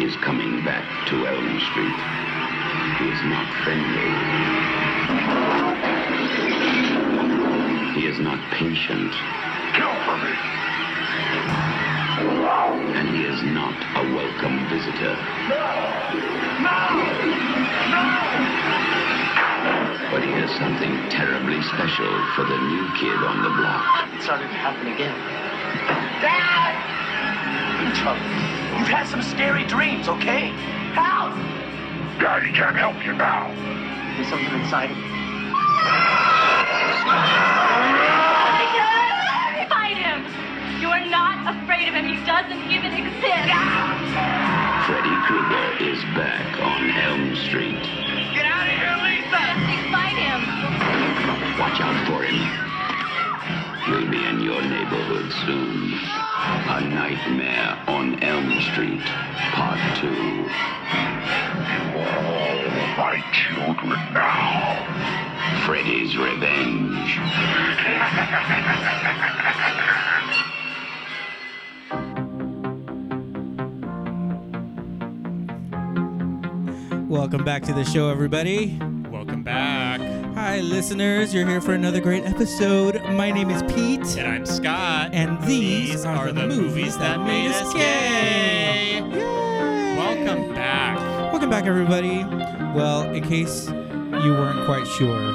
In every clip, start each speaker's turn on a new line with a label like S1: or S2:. S1: is coming back to Elm Street. He is not friendly. He is not patient.
S2: Kill for me.
S1: And he is not a welcome visitor.
S2: No! No! No!
S1: But he has something terribly special for the new kid on the block.
S3: It started to happen again.
S2: Dad!
S3: in trouble. You've had some scary dreams, okay? Help!
S2: God, he can't help you now.
S3: There's something inside him.
S4: Fight him! You are not afraid of him. He doesn't even exist.
S1: Freddy Krueger is back on Elm Street.
S2: Get out of here, Lisa!
S4: Something fight him.
S1: Watch out for him. He'll be in your neighborhood soon. A Nightmare on Elm Street, Part 2.
S2: All my children now.
S1: Freddy's Revenge.
S5: Welcome back to the show, everybody.
S6: Welcome back.
S5: Hi, listeners. You're here for another great episode. My name is Pete.
S6: And I'm Scott.
S5: And these,
S6: these are, the movies that made us gay.
S5: Yay.
S6: Welcome back.
S5: Welcome back, everybody. Well, in case you weren't quite sure,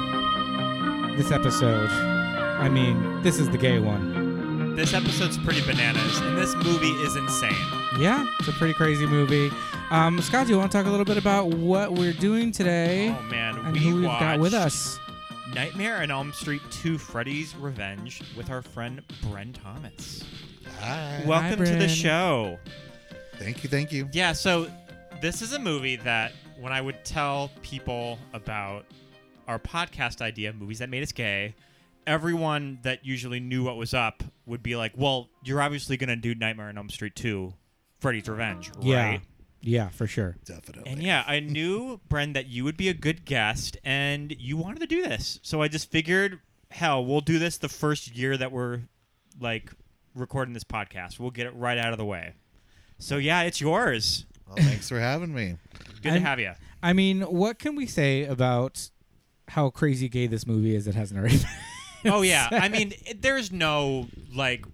S5: this episode, I mean, this is the gay one.
S6: This episode's pretty bananas, and this movie is insane.
S5: Yeah, it's a pretty crazy movie. Um, Scott, do you want to talk a little bit about what we're doing today?
S6: Oh man,
S5: and who we've got with us?
S6: Nightmare on Elm Street 2: Freddy's Revenge with our friend Bren Thomas.
S7: Hi.
S6: Welcome
S5: Hi,
S6: to the
S5: Bren.
S6: show.
S7: Thank you, thank you.
S6: Yeah, so this is a movie that when I would tell people about our podcast idea, movies that made us gay, everyone that usually knew what was up would be like, "Well, you're obviously going to do Nightmare on Elm Street 2, Freddy's Revenge, right?"
S5: Yeah. Yeah, for sure.
S7: Definitely.
S6: And yeah, I knew, Bren, that you would be a good guest and you wanted to do this. So I just figured, hell, we'll do this the first year that we're like recording this podcast. We'll get it right out of the way. So yeah, it's yours.
S7: Well, thanks for having me.
S6: Good to
S5: I'm-
S6: have you.
S5: I mean, what can we say about how crazy gay this movie is that hasn't already been?
S6: Oh yeah, I mean, it- there's no like,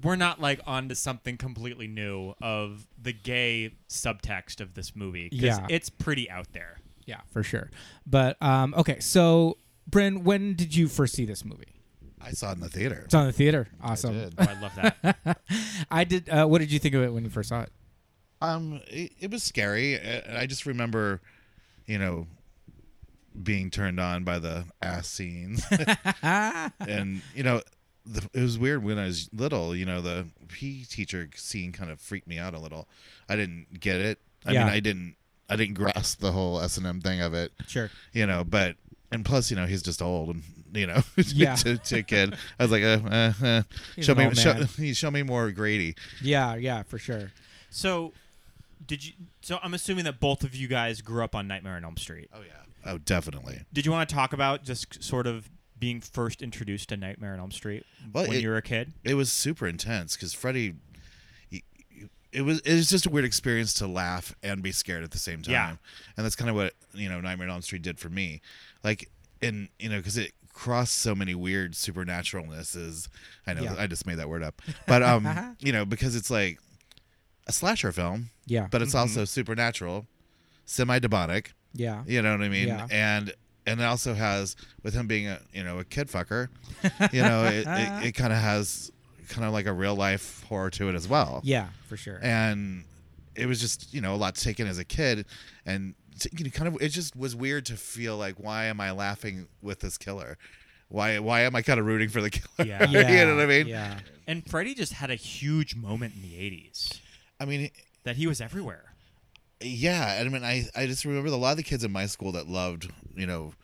S6: we're not like onto something completely new of the gay subtext of this movie. 'cause
S5: Yeah.
S6: it's pretty out there.
S5: Yeah, for sure. But um, okay, so Bryn, when did you first see this movie?
S7: I saw it in the theater.
S5: It's on the theater. Awesome.
S7: did.
S6: Oh, I love that.
S5: I did. Uh, what did you think of it when you first saw it?
S7: Um, it, it was scary. I, I just remember, you know, being turned on by the ass scenes, and you know, the, it was weird when I was little. You know, the PE teacher scene kind of freaked me out a little. I didn't get it. I
S5: Yeah.
S7: mean, I didn't. I didn't grasp the whole S and M thing of it.
S5: Sure.
S7: You know, but. And plus, you know, he's just old, and you know, to,
S5: Yeah.
S7: to, to a kid, I was like, uh, uh, uh,
S5: He's
S7: show
S5: an
S7: me,
S5: old
S7: show,
S5: man.
S7: show me more Grady.
S5: Yeah. Yeah. For sure.
S6: so, did you? So I'm assuming that both of you guys grew up on Nightmare on Elm Street.
S7: Oh yeah. Oh, definitely.
S6: Did you want to talk about just sort of being first introduced to Nightmare on Elm Street
S7: Well,
S6: when
S7: it-
S6: you were a kid?
S7: it was super intense because Freddy. he- It was it was just a weird experience to laugh and be scared at the same time.
S6: Yeah.
S7: and that's kind of what you know Nightmare on Elm Street did for me. Like, and you know, because it crossed so many weird supernaturalnesses. I know
S5: Yeah.
S7: I just made that word up, but um, you know, because it's like a slasher film,
S5: Yeah.
S7: but it's
S5: Mm-hmm.
S7: also supernatural, semi demonic.
S5: yeah.
S7: You know what I mean?
S5: Yeah.
S7: And and it also has with him being a you know a kid fucker, you know it it, it kind of has kind of like a real life horror to it as well.
S5: Yeah. For sure.
S7: And it was just you know a lot to take in as a kid, and t- you know, kind of it just was weird to feel like why am I laughing with this killer? Why why am I kind of rooting for the killer?
S6: Yeah.
S5: yeah.
S7: you know what I mean?
S5: Yeah.
S6: And Freddy just had a huge moment in the '80s
S7: I mean.
S6: that he was everywhere.
S7: Yeah, and I mean, I I just remember a lot of the kids in my school that loved you know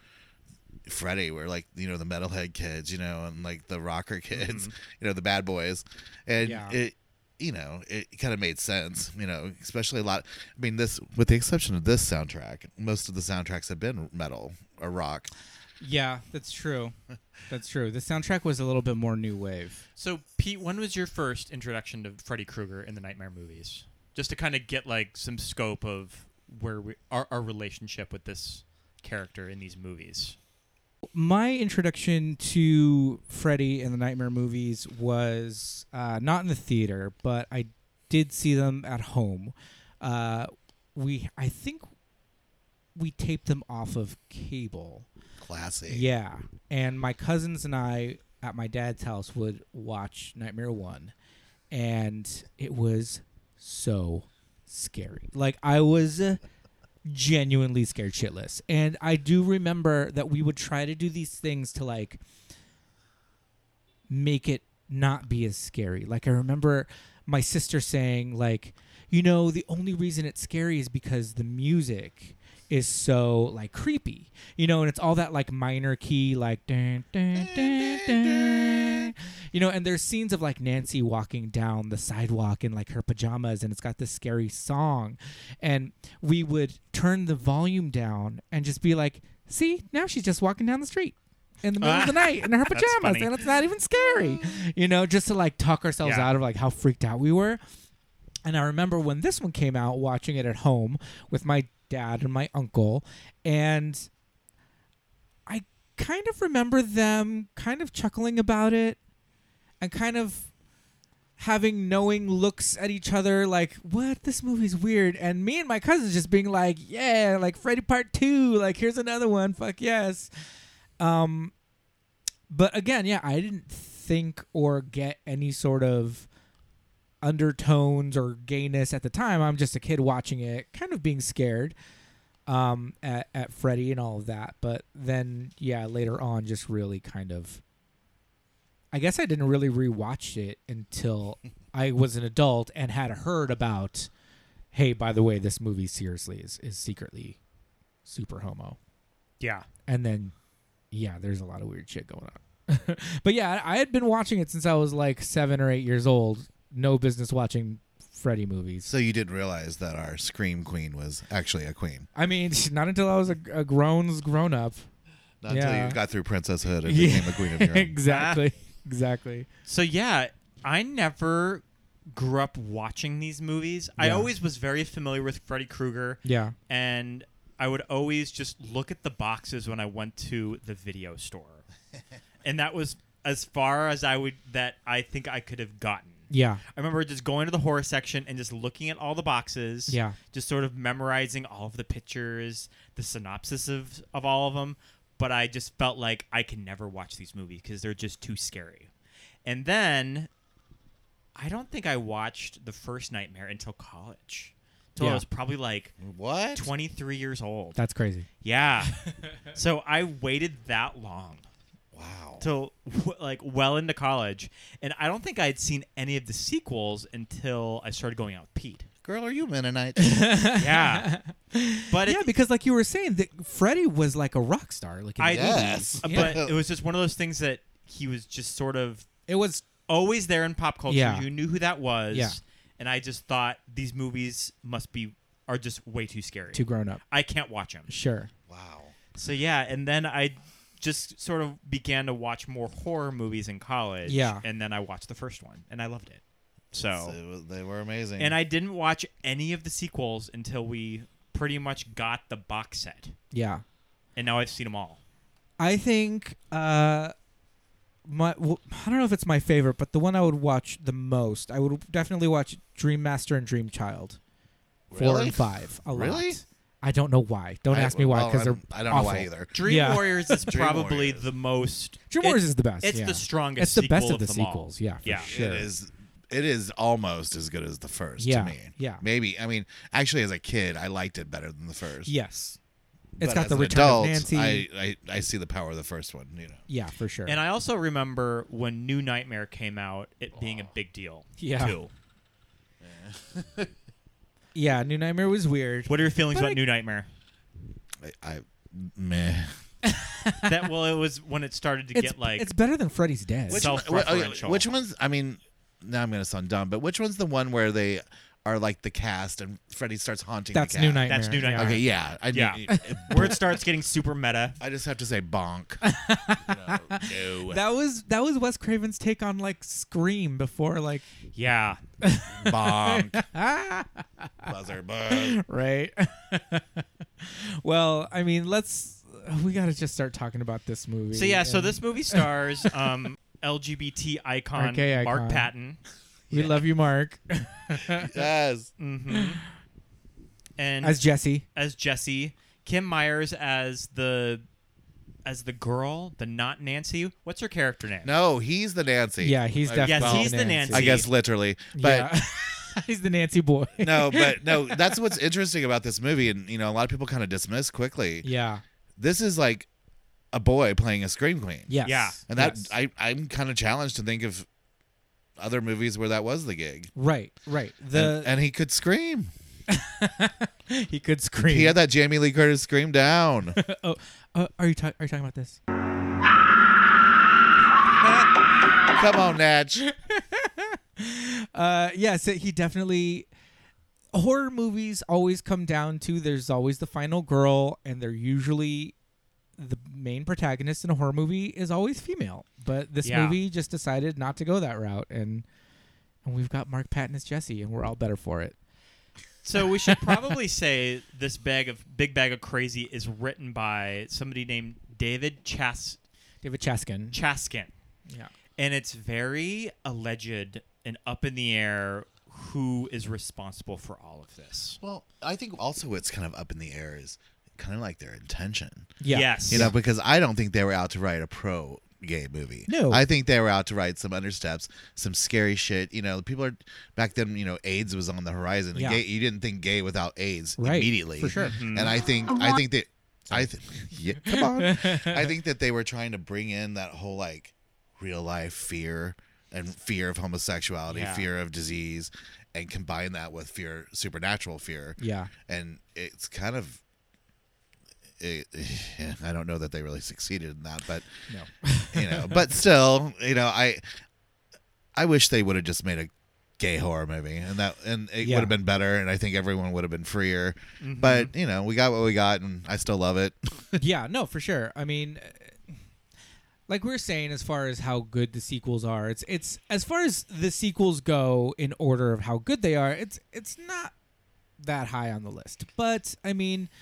S7: Freddie were like you know the metalhead kids, you know, and like the rocker kids, you know, the bad boys, and
S5: Mm-hmm. Yeah.
S7: it you know it kind of made sense, you know, especially a lot. I mean, this with the exception of this soundtrack, most of the soundtracks have been metal or rock.
S5: Yeah. That's true. That's true. The soundtrack was a little bit more new wave.
S6: So, Pete, when was your first introduction to Freddy Krueger in the Nightmare movies? just to kind of get like some scope of where we our, our relationship with this character in these movies.
S5: my introduction to Freddy and the Nightmare movies was uh, not in the theater, but I did see them at home. Uh, we, I think, we taped them off of cable.
S7: Classic.
S5: Yeah, and my cousins and I at my dad's house would watch Nightmare One, and it was so scary. Like I was genuinely scared shitless, and I do remember that we would try to do these things to like make it not be as scary. Like I remember my sister saying like you know the only reason it's scary is because the music is so like creepy. You know and it's all that like minor key like dun, dun, dun, dun. you know and there's scenes of like Nancy walking down the sidewalk in like her pajamas and it's got this scary song and we would turn the volume down and just be like see now she's just walking down the street in the middle of the night in her
S6: That's
S5: pajamas
S6: funny.
S5: and it's not even scary you know just to like talk ourselves
S6: Yeah.
S5: out of like how freaked out we were and i remember when this one came out watching it at home with my dad and my uncle and i kind of remember them kind of chuckling about it and kind of having knowing looks at each other like what this movie's weird and me and my cousins just being like yeah like freddy part two like here's another one fuck yes um but again yeah i didn't think or get any sort of undertones or gayness at the time i'm just a kid watching it kind of being scared um at, at freddy and all of that but then yeah later on just really kind of I guess I didn't really rewatch it until I was an adult and had heard about, hey, by the way, this movie seriously is, is secretly super homo.
S6: Yeah.
S5: And then, yeah, there's a lot of weird shit going on. but yeah, I I had been watching it since I was like seven or eight years old. No business watching Freddy movies.
S7: So you didn't realize that our scream queen was actually a queen.
S5: I mean, not until I was a, a grown grown up.
S7: Not until
S5: Yeah.
S7: you got through princesshood and
S5: Yeah.
S7: became a queen of your own.
S5: exactly. Exactly.
S6: So yeah, I never grew up watching these movies. I
S5: Yeah.
S6: always was very familiar with Freddy Krueger.
S5: Yeah.
S6: and I would always just look at the boxes when I went to the video store. and that was as far as I would that I think I could have gotten.
S5: Yeah.
S6: I remember just going to the horror section and just looking at all the boxes.
S5: Yeah.
S6: Just sort of memorizing all of the pictures, the synopsis of, of all of them. But I just felt like I can never watch these movies because they're just too scary. And then I don't think I watched the first Nightmare until college. Until
S5: Yeah.
S6: I was probably like
S7: What?
S6: 23 years old.
S5: That's crazy.
S6: Yeah. so I waited that long
S7: Wow.
S6: till w- like well into college, and I don't think I had seen any of the sequels until I started going out with Pete.
S7: Girl, are you Mennonite?
S6: Yeah. but
S5: yeah,
S6: it,
S5: because like you were saying, that Freddy was like a rock star. Like in
S6: I Uh,
S5: the
S7: yes.
S6: but it was just one of those things that he was just sort of
S5: It was
S6: always there in pop culture.
S5: Yeah.
S6: You knew who that was.
S5: Yeah.
S6: And I just thought these movies must be are just way too scary.
S5: too grown up.
S6: I can't watch them.
S5: Sure.
S7: wow.
S6: So yeah, and then I just sort of began to watch more horror movies in college.
S5: Yeah.
S6: and then I watched the first one, and I loved it. So,
S7: So they were amazing.
S6: and I didn't watch any of the sequels until we pretty much got the box set,
S5: Yeah.
S6: and now I've seen them all.
S5: I think uh my w I don't know if it's my favorite, but the one I would watch the most, I would definitely watch Dream Master and Dream Child. 4
S7: Really?
S5: and 5 a
S7: Really?
S5: lot. I don't know why. Don't
S7: I-
S5: ask me why
S7: well,
S5: cuz they're
S7: I'm- I don't
S5: awful.
S7: know why either.
S6: Dream
S5: Yeah.
S6: Warriors is
S7: Dream
S6: probably
S7: Warriors.
S6: the most.
S5: Dream
S6: it-
S5: Warriors is the best.
S6: It's
S5: yeah.
S6: the strongest.
S5: It's the best
S6: sequel
S5: of the
S6: them all.
S5: sequels. Yeah. For
S6: Yeah. It
S5: Sure.
S7: It is. It is almost as good as the first
S5: Yeah,
S7: to me.
S5: yeah.
S7: Maybe. I mean, actually, as a kid, I liked it better than the first.
S5: Yes. It's
S7: But
S5: got
S7: as
S5: the
S7: an
S5: return
S7: adult,
S5: of Nancy.
S7: I, I I see the power of the first one. You know.
S5: yeah, for sure.
S6: And I also remember when New Nightmare came out, it being a big deal.
S5: Yeah.
S6: Too.
S5: yeah, New Nightmare was weird.
S6: What are your feelings
S5: But
S6: about
S5: I-
S6: New Nightmare?
S7: I, I meh.
S6: that well, it was when it started to
S5: It's,
S6: get like
S5: it's better than Freddy's Dead.
S6: Which- Self-referential.
S7: Which one's? I mean, now I'm gonna sound dumb, but which one's the one where they are like the cast, and Freddy starts haunting.
S5: That's
S7: the
S5: New
S7: cat.
S5: Nightmare.
S6: That's New
S5: yeah.
S6: Nightmare.
S7: Okay, yeah, I,
S6: Yeah. Where it starts getting super meta.
S7: I just have to say bonk. You know, no,
S5: That was that was Wes Craven's take on like Scream before like
S6: Yeah.
S7: bonk. Buzzer buzz.
S5: right. well, I mean, let's we got to just start talking about this movie.
S6: So yeah, so
S5: and
S6: this movie stars um, LGBT icon
S5: RK
S6: Mark
S5: icon.
S6: Patton.
S5: we love you, Mark,
S7: Yes.
S6: hmm And
S5: as Jesse.
S6: as Jesse, Kim Myers as the as the girl, the not Nancy. What's her character name?
S7: No, he's the Nancy.
S5: Yeah, he's
S7: I guess-
S5: definitely
S6: he's the
S7: I
S6: Nancy.
S7: guess literally, but.
S5: yeah. he's the Nancy boy.
S7: no, but no, that's what's interesting about this movie, and you know, a lot of people kind of dismiss quickly.
S5: Yeah.
S7: This is like a boy playing a scream queen.
S5: Yes.
S6: Yeah.
S7: and that
S5: Yes.
S7: I I'm kind of challenged to think of other movies where that was the gig,
S5: right, right. The
S7: and, and he could scream.
S5: he could scream.
S7: He had that Jamie Lee Curtis scream down.
S5: oh, uh, are you ta- are you talking about this?
S7: Come on, Natch.
S5: Uh, yes, it- he definitely. Horror movies always come down to there's always the final girl, and they're usually the main protagonist in a horror movie is always female. But this
S6: Yeah.
S5: movie just decided not to go that route, and and we've got Mark Patton as Jesse, and we're all better for it.
S6: So we should probably say this bag of big bag of crazy is written by somebody named David Chas
S5: David Chaskin.
S6: Chaskin.
S5: Yeah.
S6: And it's very alleged and up in the air who is responsible for all of this.
S7: Well, I think also what's kind of up in the air is kind of like their intention.
S5: Yeah.
S6: Yes.
S7: You know, because I don't think they were out to write a pro gay movie.
S5: No.
S7: I think they were out to write some understeps, some scary shit. You know, people are back then, you know, AIDS was on the horizon.
S5: Yeah.
S7: Gay, you didn't think gay without AIDS
S5: Right,
S7: immediately.
S5: for sure. Mm-hmm.
S7: And I think I think that I th- yeah, come on. I think that they were trying to bring in that whole like real life fear and fear of homosexuality,
S6: Yeah.
S7: fear of disease, and combine that with fear supernatural fear
S5: Yeah.
S7: and it's kind of it, I don't know that they really succeeded in that, but you know, but still, you know, I I wish they would have just made a gay horror movie, and that and it
S5: Yeah. Mm-hmm.
S7: would have been better, and I think everyone would have been freer. But you know, we got what we got, and I still love it.
S5: yeah, no, for sure. I mean, uh, like we are saying, as far as how good the sequels are, it's it's as far as the sequels go in order of how good they are. It's it's not that high on the list, but I mean,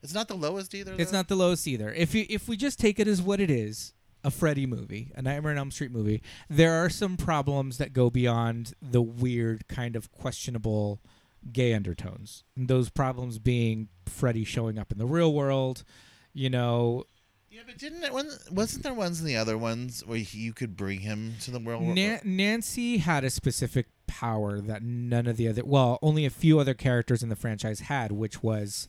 S7: It's not the lowest either.
S5: it's not the lowest either. If you if we just take it as what it is, a Freddy movie, a Nightmare on Elm Street movie, there are some problems that go beyond the weird kind of questionable gay undertones. And those problems being Freddy showing up in the real world, you know,
S7: Yeah, but didn't it? When, wasn't there ones in the other ones where he, you could bring him to the world?
S5: Na- Nancy had a specific power that none of the other, well, only a few other characters in the franchise had, which was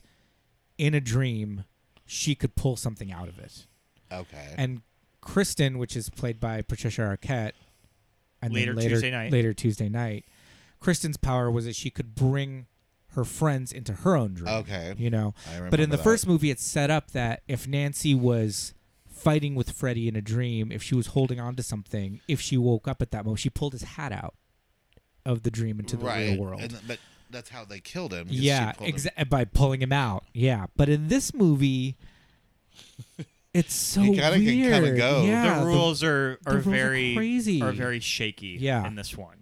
S5: in a dream, she could pull something out of it.
S7: okay.
S5: And Kristen, which is played by Patricia Arquette, and
S6: Later
S5: then later
S6: Tuesday night.
S5: later Tuesday night, Kristen's power was that she could bring her friends into her own dream.
S7: Okay.
S5: you know.
S7: I remember
S5: But in the
S7: that.
S5: first movie, it's set up that if Nancy was fighting with Freddy in a dream, if she was holding on to something, if she woke up at that moment, she pulled his hat out of the dream into the real world.
S7: And, but that's how they killed him. 'cause she
S5: yeah,
S7: pulled him
S5: exa- uh, by pulling him out. Yeah, but in this movie. It's so
S7: It kinda can
S5: weird.
S7: come and go. The
S5: Yeah,
S6: the rules are, are
S5: rules are
S6: very
S5: crazy.
S6: are very shaky
S5: Yeah.
S6: in this one.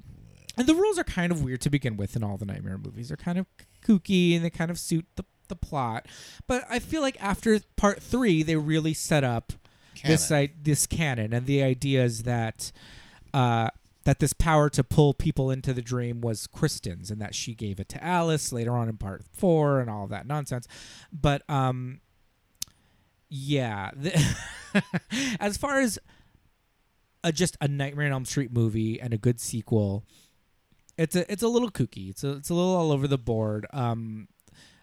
S5: And the rules are kind of weird to begin with in all the Nightmare movies. They're kind of kooky and they kind of suit the, the plot. But I feel like after part three, they really set up this
S7: Canon.
S5: I- this canon and the idea is that uh, that this power to pull people into the dream was Kristen's and that she gave it to Alice later on in part four and all that nonsense. But um, yeah, the- as far as a, just a Nightmare on Elm Street movie and a good sequel. It's a it's a little kooky. It's a, it's a little all over the board. Um,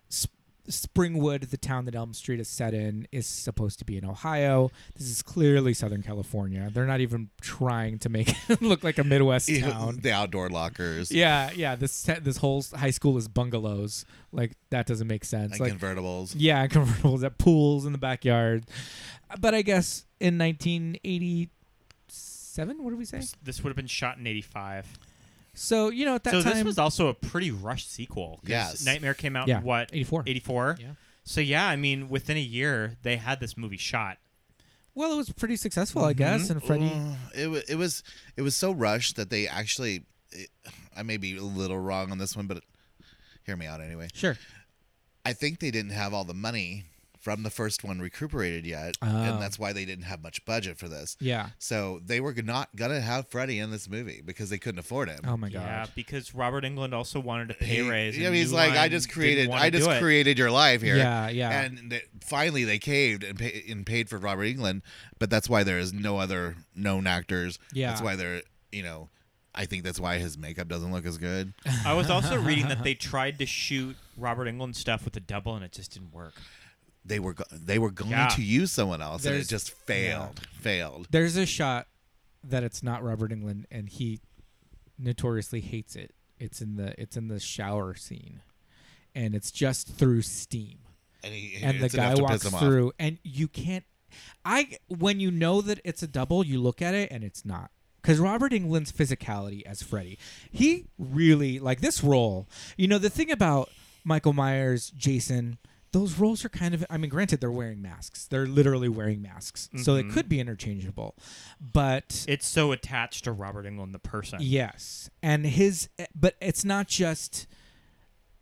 S5: Sp- Springwood, the town that Elm Street is set in, is supposed to be in Ohio. This is clearly Southern California. They're not even trying to make it look like a Midwest
S7: Yeah,
S5: town.
S7: The outdoor lockers.
S5: Yeah, yeah. This se- this whole s- high school is bungalows. Like that doesn't make sense.
S7: And
S5: like
S7: convertibles.
S5: yeah, convertibles at pools in the backyard. But I guess in 1987, what did we say?
S6: This would have been shot in 85.
S5: So you know at that
S6: so
S5: time,
S6: this was also a pretty rushed sequel. 'cause
S7: Yes.
S6: Nightmare came out
S5: Yeah,
S6: what
S5: 84.
S6: 84.
S5: Yeah.
S6: So yeah, I mean, within a year they had this movie shot.
S5: well, it was pretty successful, I
S6: Mm-hmm.
S5: guess. And Freddy,
S7: Uh, it wa- it was it was so rushed that they actually. It, I may be a little wrong on this one, but hear me out anyway.
S5: sure,
S7: I think they didn't have all the money from the first one recuperated yet,
S5: Oh.
S7: and that's why they didn't have much budget for this.
S5: yeah.
S7: So they were not gonna have Freddy in this movie because they couldn't afford him.
S5: Oh my
S6: Yeah,
S5: god.
S6: because Robert England also wanted a pay
S7: He-
S6: raise.
S7: Yeah,
S6: and
S7: he's
S6: New
S7: like, I
S6: Line
S7: just
S6: didn't
S7: created,
S6: wanna
S7: I just
S6: do it.
S7: created your life here.
S5: Yeah, yeah.
S7: And th- finally, they caved and, pay- and paid for Robert England, but that's why there is no other known actors.
S5: Yeah.
S7: that's why they're, you know, I think that's why his makeup doesn't look as good.
S6: I was also reading that they tried to shoot Robert England stuff with a double, and it just didn't work.
S7: They were, go- they were going
S6: Yeah.
S7: to use someone else, and
S5: There's-
S7: it just failed, failed.
S5: There's a shot that it's not Robert England, and he notoriously hates it. It's in the it's in the shower scene, and it's just through steam.
S7: And, he,
S5: and the
S7: it's
S5: guy
S7: enough to piss
S5: walks
S7: him off.
S5: through and you can't i when you know that it's a double you look at it and it's not because robert england's physicality as freddy he really like this role you know the thing about michael myers jason those roles are kind of i mean granted they're wearing masks they're literally wearing masks so they
S7: Mm-hmm.
S5: could be interchangeable but
S6: It's so attached to Robert England, the person.
S5: Yes, and his, but it's not just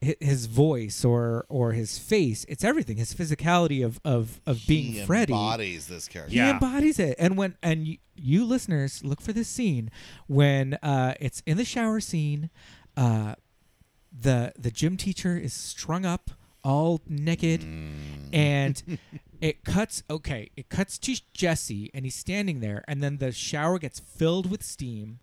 S5: hi- his voice or or his face. It's everything. His physicality of of of being
S7: He
S5: Freddy.
S7: embodies this character.
S5: He
S6: Yeah.
S5: embodies it. And when and you, you listeners look for this scene when uh, it's in the shower scene. Uh, the the gym teacher is strung up all naked
S7: Mm.
S5: and it cuts okay it cuts to jesse and he's standing there and then the shower gets filled with steam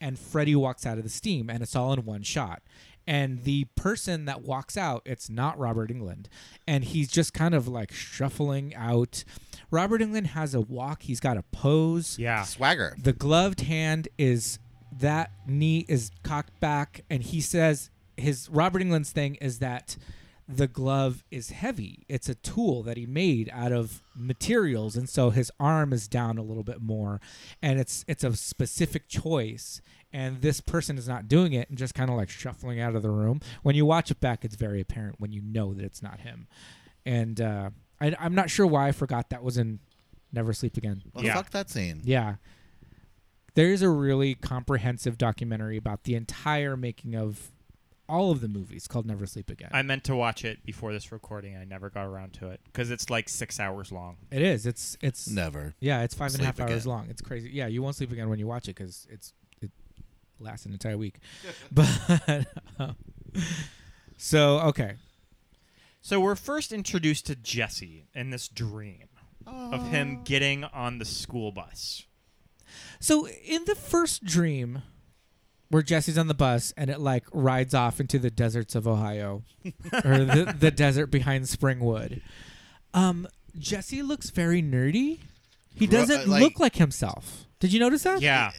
S5: and freddy walks out of the steam and it's all in one shot and the person that walks out it's not robert england and he's just kind of like shuffling out robert england has a walk he's got a pose
S6: Yeah.
S7: Swagger.
S5: the gloved hand is that knee is cocked back, and he says his Robert England's thing is that the glove is heavy. It's a tool that he made out of materials, and so his arm is down a little bit more, and it's it's a specific choice. And this person is not doing it and just kind of like shuffling out of the room. When you watch it back, it's very apparent when you know that it's not him. And uh, I, I'm not sure why I forgot that was in Never Sleep Again.
S7: Well,
S6: Yeah.
S7: fuck that scene.
S5: Yeah. There is a really comprehensive documentary about the entire making of all of the movies called Never Sleep Again.
S6: I meant to watch it before this recording. I never got around to it because it's like six hours long.
S5: it is. It's it's
S7: Never.
S5: yeah. It's five and a half
S7: Sleep
S5: hours
S7: Again.
S5: long. It's crazy. Yeah, you won't sleep again when you watch it because it's it lasts an entire week. but um, so okay,
S6: So we're first introduced to Jesse in this dream of him getting on the school bus.
S5: so in the first dream. Where Jesse's on the bus and it like rides off into the deserts of Ohio, or the, the desert behind Springwood. Um, Jesse looks very nerdy. He
S7: Gro-
S5: doesn't
S7: uh, like-
S5: look like himself. Did you notice that?
S6: Yeah.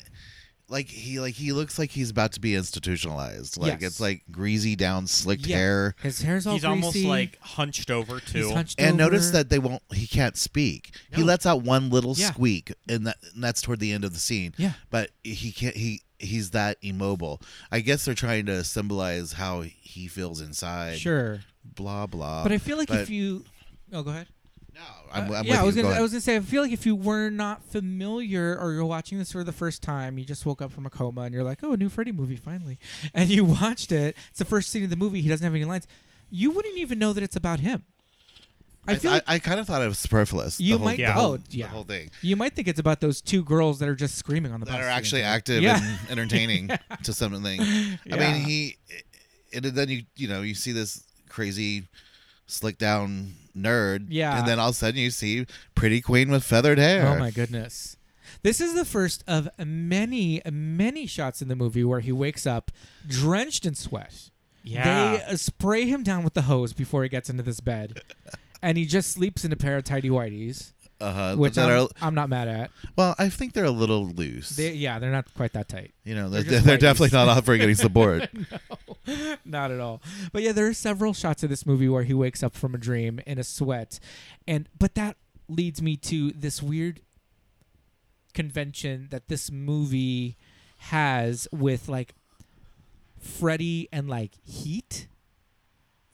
S7: like he like he looks like he's about to be institutionalized. Like
S5: Yes.
S7: it's like greasy down, slicked
S5: Yeah.
S7: hair.
S5: His hair's all
S6: He's almost
S5: greasy.
S6: like hunched over too.
S5: He's hunched
S7: And notice
S5: over.
S7: that they won't. He can't speak. He
S6: No.
S7: lets out one little
S5: Yeah.
S7: squeak, and, that, and that's toward the end of the scene.
S5: Yeah.
S7: but he can't. He he's that immobile. I guess they're trying to symbolize how he feels inside.
S5: Sure,
S7: Blah blah.
S5: but I feel like if
S7: But-
S5: you. Oh, go ahead.
S7: No, I'm,
S5: Uh,
S7: I'm
S5: yeah, I was
S7: with you. Go
S5: gonna. I
S7: ahead.
S5: was gonna say. I feel like if you were not familiar, or you're watching this for the first time, you just woke up from a coma, and you're like, "Oh, a new Freddy movie, finally!" And you watched it. It's the first scene of the movie. He doesn't have any lines. You wouldn't even know that it's about him. I,
S7: I,
S5: feel like
S7: I, kind of thought it was superfluous.
S5: you
S7: the whole,
S5: might.
S7: the
S6: yeah.
S7: whole-
S5: oh, yeah.
S7: the whole thing
S5: You might think it's about those two girls that are just screaming on the
S7: that
S5: bus
S7: are
S5: the
S7: actually
S5: entire-
S7: active
S5: Yeah.
S7: and entertaining to something. I
S5: Yeah.
S7: mean, he, and then you you know you see this crazy, slick down nerd.
S5: Yeah.
S7: And then all of a sudden you see pretty queen with feathered hair.
S5: Oh my goodness. This is the first of many, many shots in the movie where he wakes up drenched in sweat.
S6: Yeah.
S5: They uh, spray him down with the hose before he gets into this bed. and he just sleeps in a pair of tidy whities,
S7: Uh-huh.
S5: which
S7: that
S5: I'm,
S7: are,
S5: I'm not mad at.
S7: well, I think they're a little loose.
S5: They, yeah, they're not quite that tight.
S7: you know, they're,
S5: they're just
S7: they're
S5: whiteys.
S7: definitely not offering any support.
S5: Not at all. But yeah, there are several shots of this movie where he wakes up from a dream in a sweat. And but that leads me to this weird convention that this movie has with like Freddy and like Heat.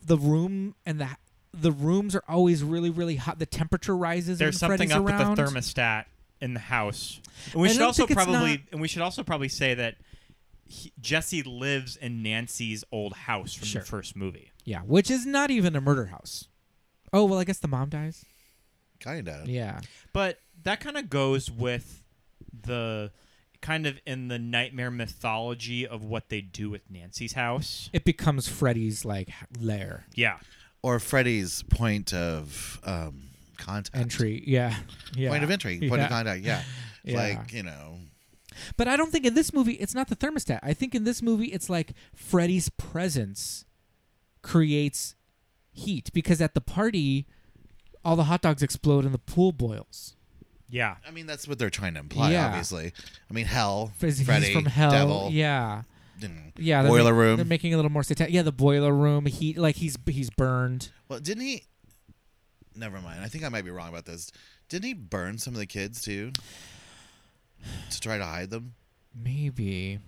S5: The room and the the rooms are always really really hot. The temperature rises.
S6: There's
S5: when
S6: something
S5: Freddy's
S6: up
S5: around.
S6: with the thermostat in the house. And we
S5: I
S6: should
S5: don't
S6: also
S5: think it's
S6: probably
S5: not-
S6: and we should also probably say that he, Jesse lives in Nancy's old house from
S5: Sure.
S6: the first movie.
S5: Yeah, which is not even a murder house. Oh well, I guess the mom dies.
S7: kind of.
S5: Yeah,
S6: But that kind of goes with the kind of in the nightmare mythology of what they do with Nancy's house.
S5: it becomes Freddy's like h- lair
S6: Yeah.
S7: Or Freddy's point of um, contact.
S5: entry. Yeah, yeah.
S7: Point of entry. Point
S5: Yeah.
S7: of contact. Yeah. It's
S5: Yeah.
S7: Like you know.
S5: But I don't think in this movie it's not the thermostat. I think in this movie it's like Freddy's presence creates heat because at the party all the hot dogs explode and the pool boils.
S6: Yeah.
S7: I mean, that's what they're trying to imply.
S5: Yeah.
S7: Obviously. I mean, hell.
S5: Freddy's he's
S7: Freddy
S5: from hell.
S7: Devil.
S5: Yeah.
S7: you know,
S5: Yeah, they're
S7: Boiler
S5: ma-
S7: room.
S5: They're making it a little more satanic. Yeah, the boiler room. Heat, like he's he's burned.
S7: well, didn't he? Never mind. I think I might be wrong about this. Didn't he burn some of the kids too? To try to hide them.
S5: Maybe.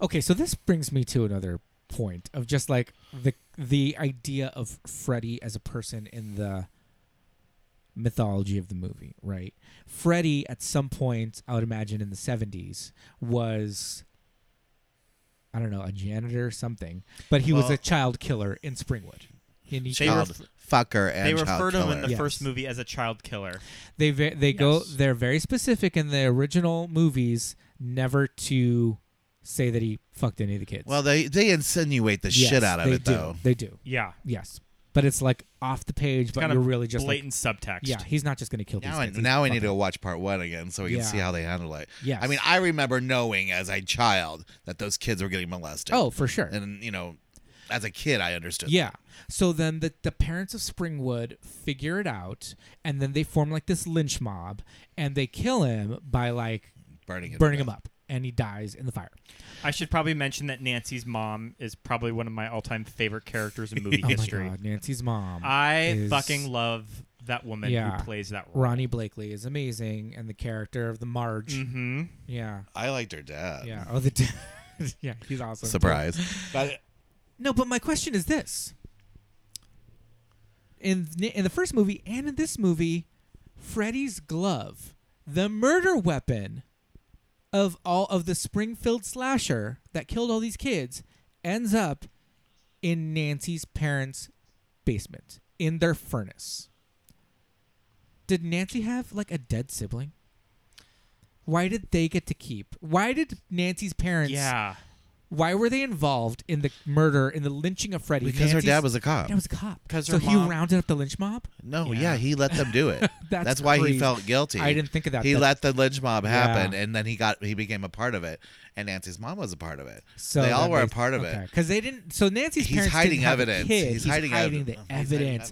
S5: Okay, so this brings me to another point of just like the the idea of Freddy as a person in the mythology of the movie, right? Freddy at some point, I would imagine in the 70s, was I don't know, a janitor or something, but he was
S7: Well-
S5: a child killer in Springwood. And he
S6: They were-
S7: Child fucker and
S6: They
S7: child
S6: refer to him in
S7: killer.
S6: the
S5: Yes.
S6: first movie as a child killer.
S5: they ve- they go
S6: Yes.
S5: they're very specific in the original movies never to say that he fucked any of the kids.
S7: Well, they they insinuate the
S5: Yes,
S7: shit out of
S5: they
S7: it
S5: do.
S7: though.
S5: They do.
S6: Yeah.
S5: Yes, but it's like off the page, but
S6: kind
S5: you're
S6: of
S5: really just like,
S6: blatant subtext.
S5: yeah, he's not just gonna kill
S7: Now
S5: these
S7: I
S5: kids. He's
S7: now I need
S5: fucking-
S7: to go watch part one again so we can
S5: Yeah.
S7: see how they handle it.
S5: Yes.
S7: I mean, I remember knowing as a child that those kids were getting molested.
S5: Oh, for sure.
S7: and you know, as a kid, I understood.
S5: Yeah. So then the the parents of Springwood figure it out, and then they form like this lynch mob, and they kill him by like
S7: burning it
S5: burning him up, and he dies in the fire.
S6: I should probably mention that Nancy's mom is probably one of my all-time favorite characters in movie
S5: Oh
S6: history.
S5: my god, Nancy's mom.
S6: I
S5: is-
S6: fucking love that woman
S5: Yeah.
S6: who plays that role.
S5: Ronnie Blakely is amazing, and the character of the Marge.
S6: Mm-hmm.
S5: Yeah.
S7: I liked her dad.
S5: Yeah. Oh, the. yeah, he's awesome.
S7: Surprise. but
S5: No, but my question is this: in in the first movie and in this movie, Freddy's glove, the murder weapon of all of the Springfield slasher that killed all these kids, ends up in Nancy's parents' basement in their furnace. Did Nancy have like a dead sibling? Why did they get to keep? Why did Nancy's parents?
S6: Yeah.
S5: Why were they involved in the murder, in the lynching of Freddy?
S7: because her
S5: Nancy's-
S7: dad was a cop.
S5: Dad was a cop.
S6: 'Cause
S5: so
S6: her
S5: he
S6: mom-
S5: rounded up the lynch mob.
S7: no, yeah.
S6: Yeah.
S7: he let them do it.
S5: That's
S7: why
S5: crazy.
S7: he felt guilty.
S5: I didn't think of that.
S7: He
S5: That-
S7: let the lynch mob happen,
S5: Yeah.
S7: and then he got he became a part of it, and Nancy's mom was a part of it.
S5: So
S7: they all
S5: then
S7: were a part of it.
S5: because they didn't. So Nancy's
S7: He's
S5: parents
S7: hiding
S5: didn't have a
S7: evidence.
S5: kid.
S7: He's hiding ev-
S5: the
S7: He's hiding
S5: evidence.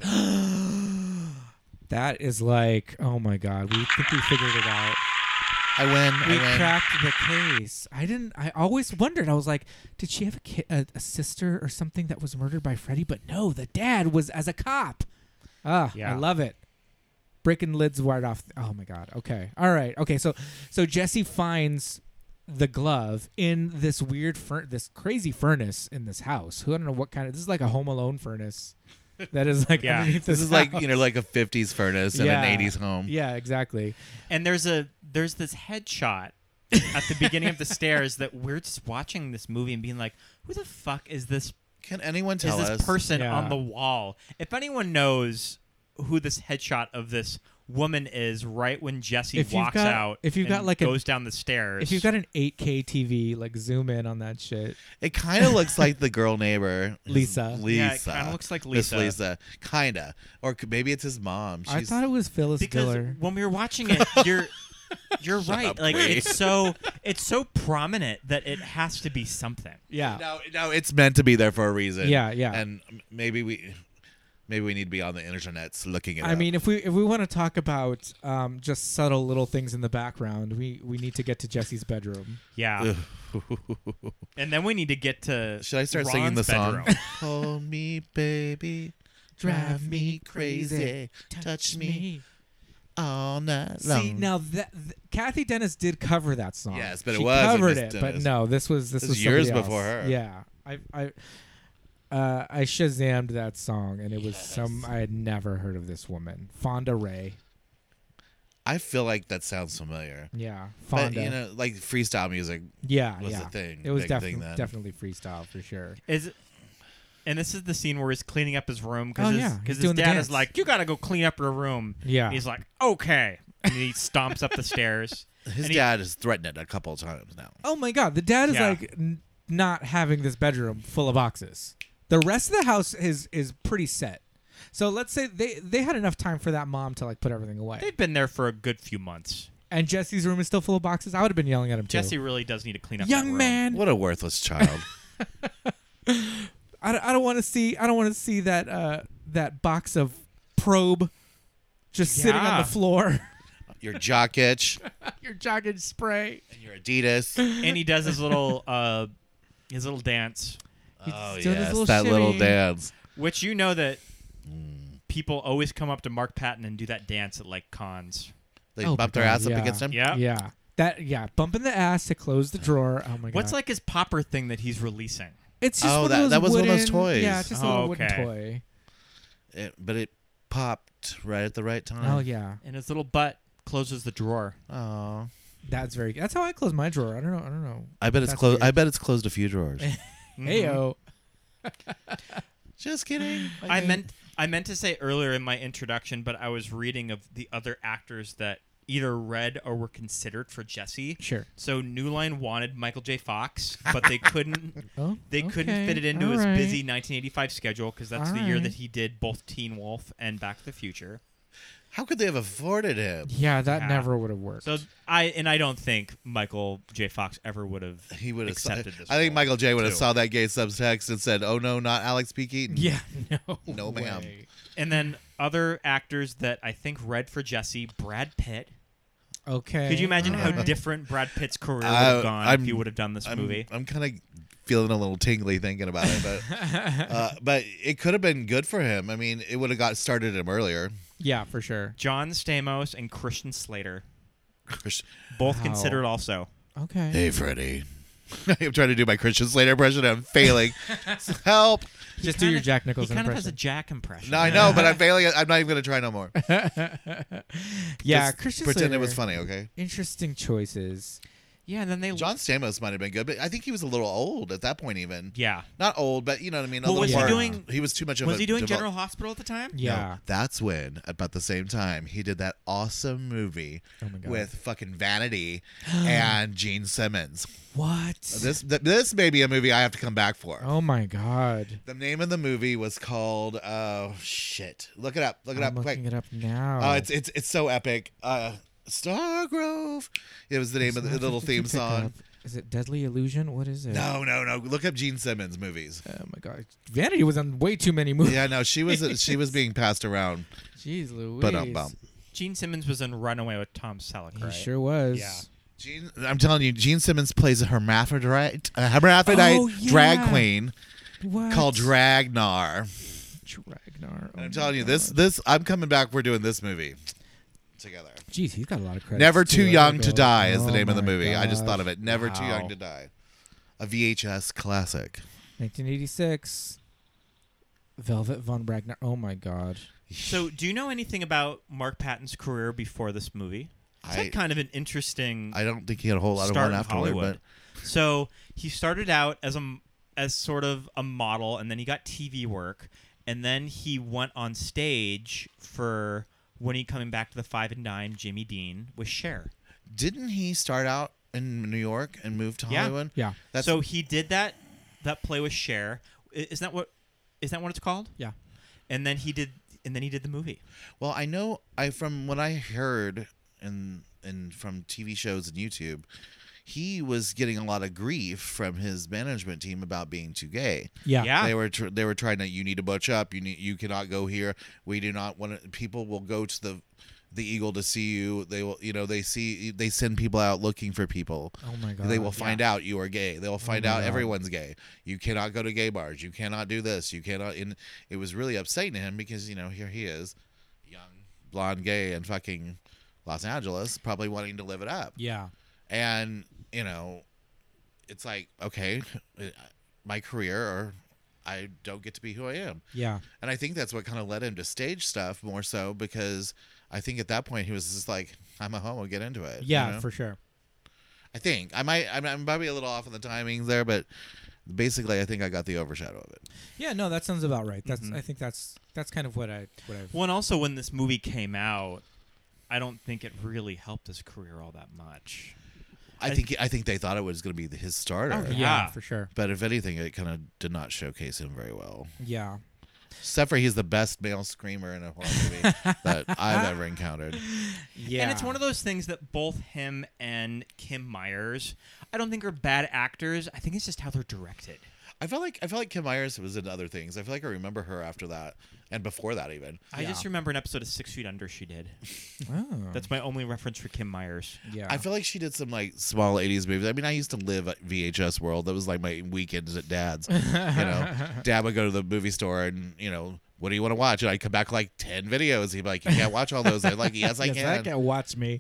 S5: that is like, oh my god, we think we figured it out.
S7: I win.
S5: We
S7: I win.
S5: cracked the case. I didn't. I always wondered. I was like, did she have a, ki- a, a sister or something that was murdered by Freddy? But no, the dad was as a cop. Ah, I
S6: Yeah.
S5: love it. Breaking lids wide off. Oh my god. Okay. All right. Okay. So, so Jesse finds the glove in this weird, fur- this crazy furnace in this house. Who I don't know what kind of. This is like a Home Alone furnace. That is like
S6: Yeah.
S5: underneath
S7: This is like
S5: house.
S7: you know, like a '50s furnace and an '80s home.
S5: Yeah. Exactly.
S6: And there's a there's this headshot at the beginning of the stairs that we're just watching this movie and being like, who the fuck is this
S7: Can anyone
S6: is
S7: tell
S6: this
S7: us?
S6: person
S5: Yeah.
S6: on the wall? If anyone knows who this headshot of this woman is right when Jesse
S5: If you've
S6: walks
S5: got-
S6: out
S5: if you've
S6: and
S5: got, like, a-
S6: goes down the stairs.
S5: If you've got an 8K TV, like zoom in on that shit.
S7: it kind of looks like the girl neighbor,
S5: Lisa.
S7: Lisa.
S6: Yeah, it kinda looks like
S7: Miss
S6: Lisa.
S7: Lisa, kinda, or c- maybe it's his mom. She's,
S5: I thought it was Phyllis
S6: because
S5: Diller.
S6: when we were watching it, you're you're right.
S7: up,
S6: like
S7: Lee.
S6: it's so it's so prominent that it has to be something.
S5: Yeah.
S7: No, no, it's meant to be there for a reason.
S5: Yeah, yeah.
S7: And m- maybe we, maybe we need to be on the internet looking at.
S5: I mean, if we if we want to talk about um, just subtle little things in the background, we we need to get to Jesse's bedroom.
S6: Yeah. And then we need to get to
S7: should I start
S6: Ron's
S7: singing the song?
S6: bedroom.
S7: Hold me, baby, drive me crazy, touch me all night long.
S5: See now that th- Kathy Dennis did cover that song.
S7: Yes, but it
S5: She
S7: was
S5: covered
S7: Miss
S5: it. But
S7: Dennis.
S5: no, this was this,
S7: This
S5: was
S7: is years
S5: somebody else.
S7: before her.
S5: Yeah, I I I uh, I shazammed that song, and it was some I had never heard of this woman, Fonda Ray.
S7: I feel like that sounds familiar.
S5: Yeah, Fonda.
S7: But you know, like freestyle music.
S5: yeah,
S7: was
S5: yeah.
S7: the thing-
S5: it was
S7: big thing
S5: definitely
S7: then.
S5: definitely freestyle for sure.
S6: Is it, and this is the scene where he's cleaning up his room because
S5: Oh,
S6: his,
S5: yeah. He's
S6: 'cause his
S5: doing the
S6: dad
S5: dance.
S6: is like, "You gotta go clean up your room."
S5: Yeah.
S6: And he's like, "Okay," and he stomps up the stairs.
S7: His
S6: And he-
S7: dad has threatened it a couple of times now.
S5: Oh my god, the dad is
S6: Yeah.
S5: like n- not having this bedroom full of boxes. The rest of the house is is pretty set. So let's say they they had enough time for that mom to like put everything away.
S6: They've been there for a good few months.
S5: and Jesse's room is still full of boxes. I would have been yelling at him too.
S6: Jesse really does need to clean up. that
S5: young
S6: room.
S5: man,
S7: What a worthless child.
S5: I, don't- I don't want to see I don't want to see that uh that box of probe just sitting on
S6: Yeah.
S5: the floor.
S7: your jock itch
S5: Your jogging spray.
S7: and your Adidas.
S6: and he does his little uh, his little dance,
S5: He's
S7: Oh
S5: doing his
S7: yes,
S5: little
S7: that little
S5: shimmy.
S7: dance.
S6: which you know that people always come up to Mark Patton and do that dance at like cons.
S7: They
S5: Oh, my
S7: bump their
S5: God,
S7: ass up
S5: yeah.
S7: against him.
S6: Yeah.
S5: Yeah. That yeah, bumping the ass to close the drawer. Oh my god.
S6: What's like his popper thing that he's releasing?
S5: It's just
S7: Oh,
S5: one
S7: that-
S5: of those
S7: that was one of those
S5: wooden-
S7: toys.
S5: Yeah, it's just a
S6: Oh,
S5: little wooden
S6: okay.
S5: toy.
S7: It- but it popped right at the right time.
S5: Oh yeah,
S6: And his little butt closes the drawer.
S7: Aw.
S5: that's very. That's how I close my drawer. I don't know. I don't know.
S7: I bet it's
S5: That's
S7: closed.
S5: weird.
S7: I bet it's closed a few drawers.
S6: Mm-hmm.
S5: Heyo.
S7: Just kidding.
S6: I meant I meant to say earlier in my introduction, but I was reading of the other actors that either read or were considered for Jesse.
S5: Sure.
S6: So New Line wanted Michael J. Fox, but they couldn't.
S5: Oh,
S6: they couldn't
S5: okay,
S6: fit it into
S5: all
S6: his
S5: right.
S6: busy 1985 schedule because that's
S5: All
S6: the year
S5: right.
S6: that he did both Teen Wolf and Back to the Future.
S7: How could they have afforded him?
S5: Yeah, that
S6: Yeah.
S5: never would have worked.
S6: So I and I don't think Michael J. Fox ever would have
S7: He would have
S6: accepted this.
S7: I think
S6: role,
S7: Michael J would have
S6: too.
S7: saw that gay subtext and said, "Oh no, not Alex P. Keaton."
S5: yeah. No.
S7: No,
S5: way.
S7: ma'am.
S6: And then other actors that I think read for Jesse, Brad Pitt.
S5: Okay.
S6: Could you imagine how
S5: alright.
S6: different Brad Pitt's career would
S7: Uh,
S6: have gone
S7: I'm-
S6: if he would have done this
S7: I'm,
S6: movie?
S7: I'm kind of feeling a little tingly thinking about it, but uh, but it could have been good for him. I mean, it would have got started him earlier.
S5: Yeah, for sure.
S6: John Stamos and Christian Slater,
S7: Christ-
S6: both
S5: Wow.
S6: considered also.
S5: Okay.
S7: Hey, Freddie. I'm trying to do my Christian Slater impression. and I'm failing. Help!
S5: Just do
S6: Kinda-
S5: your Jack Nicholson
S6: He kind of has
S5: impression.
S6: a Jack impression.
S7: No, I know, but I'm failing. I'm not even going to try no more.
S5: yeah,
S7: Just
S5: Christian
S7: pretend it
S5: Slater.
S7: was funny, okay?
S5: Interesting choices.
S6: yeah, and then they
S7: John Stamos might have been good, but I think he was a little old at that point, even.
S6: Yeah.
S7: Not old, but you know what I mean. A
S6: Well,
S7: little
S6: was he
S7: more-
S6: doing-
S7: He was too much of a.
S6: Was he doing
S7: devel-
S6: General Hospital at the time?
S7: No,
S5: Yeah.
S7: that's when, about the same time, he did that awesome movie
S5: Oh my God.
S7: with fucking Vanity and Gene Simmons.
S5: What?
S7: This th- this may be a movie I have to come back for.
S5: oh my god.
S7: The name of the movie was called oh shit. Look it up. Look it
S5: I'm
S7: up quick.
S5: looking it up now.
S7: Oh, it's it's it's so epic. Uh, Stargrove. It was the name of the
S5: Not
S7: little
S5: something you
S7: theme
S5: pick
S7: song.
S5: up. Is it Deadly Illusion? What is it?
S7: No, no, no. Look up Gene Simmons movies.
S5: Oh my god. Vanity was on way too many movies.
S7: Yeah, no, she was she was being passed around.
S5: Jeez Louise.
S7: But um, bum.
S6: Gene Simmons was in Runaway with Tom Selleck,
S5: He
S6: right?
S5: sure was.
S6: Yeah.
S7: Gene, I'm telling you, Gene Simmons plays a hermaphrodite, a hermaphrodite
S5: Oh, yeah.
S7: drag queen
S5: What? Oh
S7: called Dragnar.
S5: Dragnar.
S7: And I'm telling you, this this I'm coming back. We're doing this movie together.
S5: Jeez, he's got a lot of credit.
S7: Never Too Young to Die is the name of the movie. I just thought of it. Never Too Young
S5: Oh Wow.
S7: to Die. A VHS classic.
S5: 1986. Velvet von Bragnar. Oh my god.
S6: So, do you know anything about Mark Patton's career before this movie? It's
S7: I-
S6: like kind of an interesting
S7: I don't think he had a whole lot of
S6: start
S7: one
S6: in
S7: afterward,
S6: Hollywood. So he started out as a as sort of a model, and then he got TV work, and then he went on stage for when he coming back to the Five and Dime Jimmy Dean with Cher.
S7: but didn't he start out in New York and move to
S6: Yeah.
S7: Hollywood?
S5: Yeah.
S7: That's
S6: so he did that that play with Cher. I- Isn't that what? Is that what it's called?
S5: Yeah.
S6: And then he did. And then he did the movie.
S7: Well, I know I from what I heard and and from TV shows and YouTube, he was getting a lot of grief from his management team about being too gay.
S5: Yeah.
S6: Yeah.
S7: They were tr- they were trying to you need to butch up. You need you cannot go here. We do not want to, people will go to the the Eagle to see you. They will you know they see they send people out looking for people.
S5: Oh my god. Mm-hmm.
S7: They will find out you are gay. They will find out everyone's gay. You cannot go to gay bars. You cannot do this. You cannot. And it was really upsetting to him because you know here he is, young, blonde, gay, and fucking Los Angeles, probably wanting to live it up.
S5: Yeah.
S7: And you know, it's like okay, uh, my career or I don't get to be who I am.
S5: Yeah.
S7: And I think that's what kind of led him to stage stuff more so because I think at that point he was just like, I'm a homo, get into it. you
S5: Yeah,
S7: know?
S5: for sure.
S7: I think I might, I'm, I'm probably a little off on the timings there, but basically I think I got the overshadow of it.
S5: Yeah, no, that sounds about right.
S6: Mm-hmm.
S5: That's I think that's that's kind of what I what I've
S6: Well, and also when this movie came out, I don't think it really helped his career all that much.
S7: I think, I think they thought it was going to be his starter,
S5: Oh, yeah,
S6: yeah.
S5: for sure.
S7: but if anything, it kind of did not showcase him very well.
S5: Yeah.
S7: Except for he's the best male screamer in a horror movie that I've ever encountered.
S5: Yeah.
S6: And it's one of those things that both him and Kim Myers, I don't think are bad actors. I think it's just how they're directed.
S7: I felt like I felt like Kim Myers was in other things. I feel like I remember her after that and before that even.
S6: I just remember an episode of Six Feet Under she did.
S5: Oh,
S6: That's my only reference for Kim Myers.
S5: yeah.
S7: I feel like she did some like small '80s movies. I mean, I used to live at VHS world. That was like my weekends at dad's. You know, dad would go to the movie store and you know, what do you want to watch? And I'd come back with, like ten videos. He'd be like, you can't watch all those. I'm like, yes, I
S5: yes,
S7: can.
S5: that guy watched me.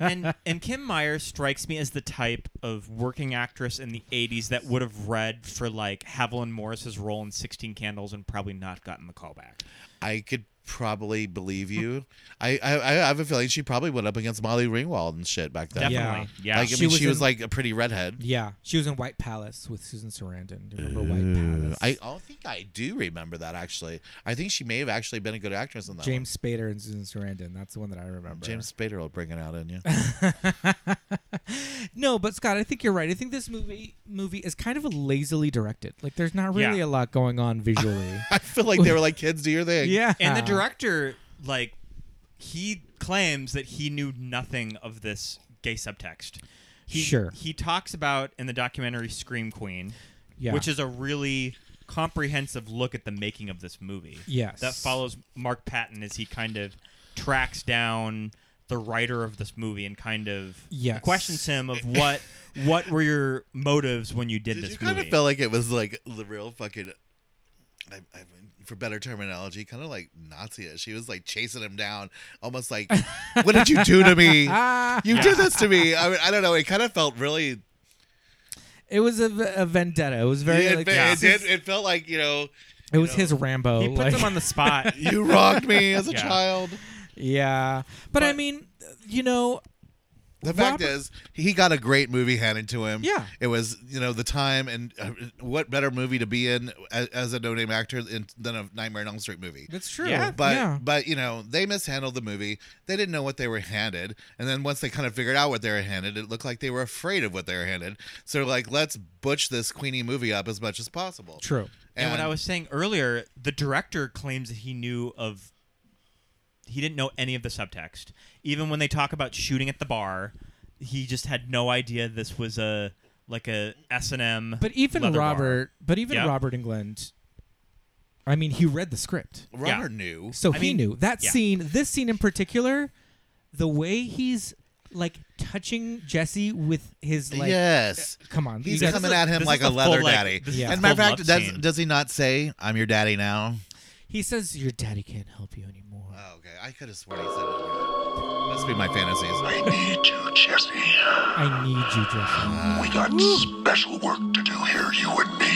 S6: and and Kim Myers strikes me as the type of working actress in the '80s that would have read for like Haviland Morris's role in Sixteen Candles and probably not gotten the callback.
S7: I could probably believe you. I, I I have a feeling she probably went up against Molly Ringwald and shit back then.
S6: Definitely,
S5: Yeah.
S6: yeah.
S7: Like, I
S5: She
S7: mean,
S5: was
S7: she was
S5: in-
S7: like a pretty redhead.
S5: yeah, she was in White Palace with Susan Sarandon. Do you remember White Palace?
S7: I don't think I do remember that actually. I think she may have actually been a good actress in that. one.
S5: James Spader and Susan Sarandon. That's the one that I remember.
S7: James Spader will bring it out in you.
S5: No, but Scott, I think you're right. I think this movie movie is kind of lazily directed. Like, there's not really
S6: Yeah.
S5: a lot going on visually.
S7: I feel like they were like, kids, do your thing.
S5: yeah,
S6: And the director, like, he claims that he knew nothing of this gay subtext. He,
S5: Sure.
S6: He talks about in the documentary Scream Queen,
S5: Yeah.
S6: which is a really comprehensive look at the making of this movie.
S5: Yes.
S6: That follows Mark Patton as he kind of tracks down the writer of this movie and kind of
S5: Yes.
S6: questions him of what what were your motives when you did,
S7: Did
S6: this
S7: you
S6: movie.
S7: kind of feel like it was like the real fucking, I, I mean, for better terminology, kind of like Nazi? She was like chasing him down, almost like, "What did you do to me? You did this to me." I mean, I don't know. It kind of felt really.
S5: it was a, a vendetta. It was very.
S7: it,
S5: like,
S7: it
S5: this
S7: did.
S5: is-
S7: It felt like you know,
S5: it was his Rambo.
S6: he puts
S5: Oh, like-
S6: him on the spot.
S7: you wronged me as a
S6: Yeah.
S7: child.
S5: Yeah, but, I mean, you know,
S7: The fact
S5: Robert-
S7: is, he got a great movie handed to him.
S5: Yeah.
S7: it was you know the time and uh, what better movie to be in as, as a no name actor in, than a Nightmare on Elm Street movie.
S5: that's true.
S6: Yeah,
S7: But
S5: yeah.
S7: but you know they mishandled the movie. They didn't know what they were handed, and then once they kind of figured out what they were handed, it looked like they were afraid of what they were handed. So like, let's butch this Queenie movie up as much as possible.
S5: true.
S6: And, what I was saying earlier, the director claims that he knew of. He didn't know any of the subtext. Even when they talk about shooting at the bar, he just had no idea this was a like a S and M.
S5: But even Robert, but even
S6: Yeah.
S5: Robert England, I mean, he read the script,
S7: Robert knew.
S5: so
S6: I
S5: he
S6: mean,
S5: knew that
S6: yeah.
S5: scene. This scene in particular, the way he's like touching Jesse with his like.
S7: yes.
S5: Come on,
S7: He's
S5: you guys-
S6: This
S7: coming
S6: is
S7: at
S6: a-
S7: him
S6: this
S7: like
S6: is
S7: a
S6: the
S7: leather
S6: full, like-
S7: daddy.
S6: this is
S7: and
S6: the
S7: matter of
S6: full
S7: fact,
S6: love
S7: does,
S6: scene.
S7: does he not say, "I'm your daddy now"?
S5: He says your daddy can't help you anymore.
S7: Oh, okay, I could have sworn he said it. Must be my fantasies.
S2: I need you, Jesse.
S5: I need you, Jesse.
S2: We got special work to do here, you and me.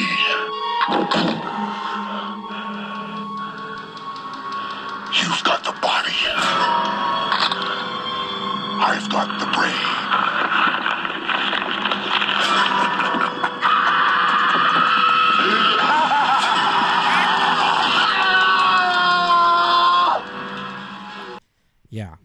S2: You've got the body. I've got the brain.
S5: Yeah,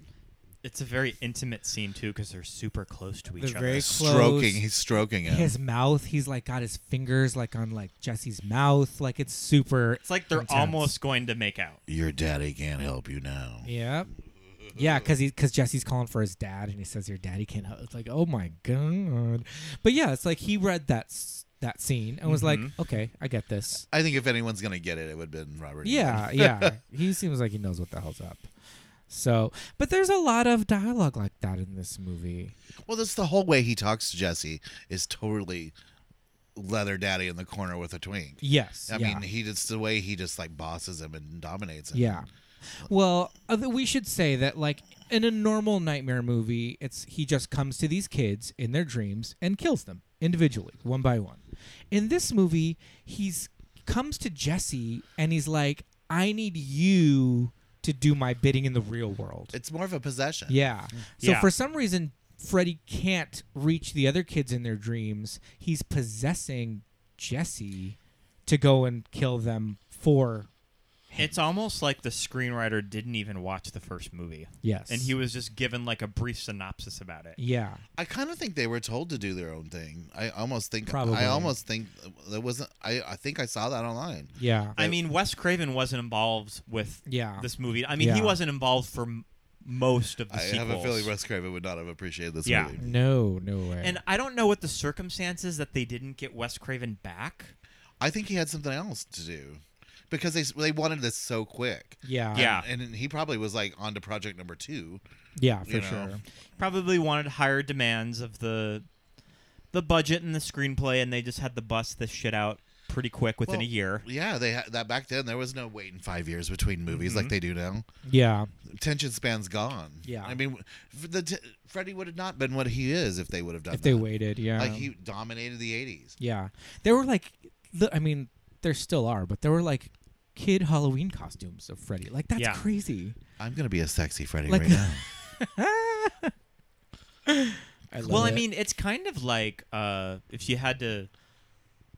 S6: it's a very intimate scene too because they're super close to each
S5: they're
S6: other.
S5: very close.
S7: Stroking, he's stroking him.
S5: His mouth, he's like got his fingers like on like Jesse's mouth, like it's super.
S6: it's like they're
S5: intense.
S6: almost going to make out.
S7: your daddy can't help you now.
S5: Yeah. Yeah, because he because Jesse's calling for his dad, and he says your daddy can't. help. It's like, oh my god. But yeah, it's like he read that s- that scene and was like,
S6: Mm-hmm.
S5: okay, I get this.
S7: I think if anyone's gonna get it, it would have been Robert. E.
S5: Yeah, yeah. he seems like he knows what the hell's up. So, but there's a lot of dialogue like that in this movie.
S7: Well, that's the whole way he talks to Jesse is totally leather daddy in the corner with a twink.
S5: Yes,
S7: I
S5: yeah.
S7: mean, he just the way he just like bosses him and dominates him.
S5: Yeah. Well, uh, th- we should say that like in a normal nightmare movie, it's he just comes to these kids in their dreams and kills them. individually, one by one. In this movie, he's comes to Jesse and he's like, "I need you to do my bidding in the real world."
S7: It's more of a possession.
S5: Yeah. So
S6: Yeah.
S5: for some reason, Freddy can't reach the other kids in their dreams. He's possessing Jesse to go and kill them for
S6: It's almost like the screenwriter didn't even watch the first movie.
S5: yes,
S6: And he was just given like a brief synopsis about it.
S5: yeah.
S7: I kind of think they were told to do their own thing. I almost think.
S5: Probably.
S7: I almost think there wasn't. I I think I saw that online.
S5: Yeah.
S6: I mean, Wes Craven wasn't involved with
S5: Yeah.
S6: this movie. I mean, he
S5: Yeah.
S6: wasn't involved for m- most of the
S7: I
S6: sequels.
S7: have a feeling Wes Craven would not have appreciated this
S6: Yeah.
S7: movie.
S5: no, no way.
S6: and I don't know what the circumstances that they didn't get Wes Craven back.
S7: I think he had something else to do, because they they wanted this so quick.
S5: yeah,
S6: yeah.
S7: And he probably was like on to project number two.
S5: yeah, for
S7: You
S5: sure.
S7: know.
S6: Probably wanted higher demands of the the budget and the screenplay, and they just had to bust this shit out pretty quick within
S7: Well,
S6: a year.
S7: Yeah, they had that back then. There was no waiting five years between movies like they do now.
S5: Yeah,
S7: Tension span's gone.
S5: Mm-hmm. Yeah.
S7: I mean, f- the t- Freddie would have not been what he is if they would have done.
S5: if they
S7: that.
S5: waited, yeah,
S7: like he dominated the '80s.
S5: yeah. There were like, the, I mean, there still are, but there were like kid Halloween costumes of Freddy. Like that's
S6: Yeah.
S5: crazy.
S7: I'm gonna be a sexy Freddy
S5: Like-
S7: right now.
S5: I love
S6: Well, I
S5: it.
S6: mean, it's kind of like uh, if you had to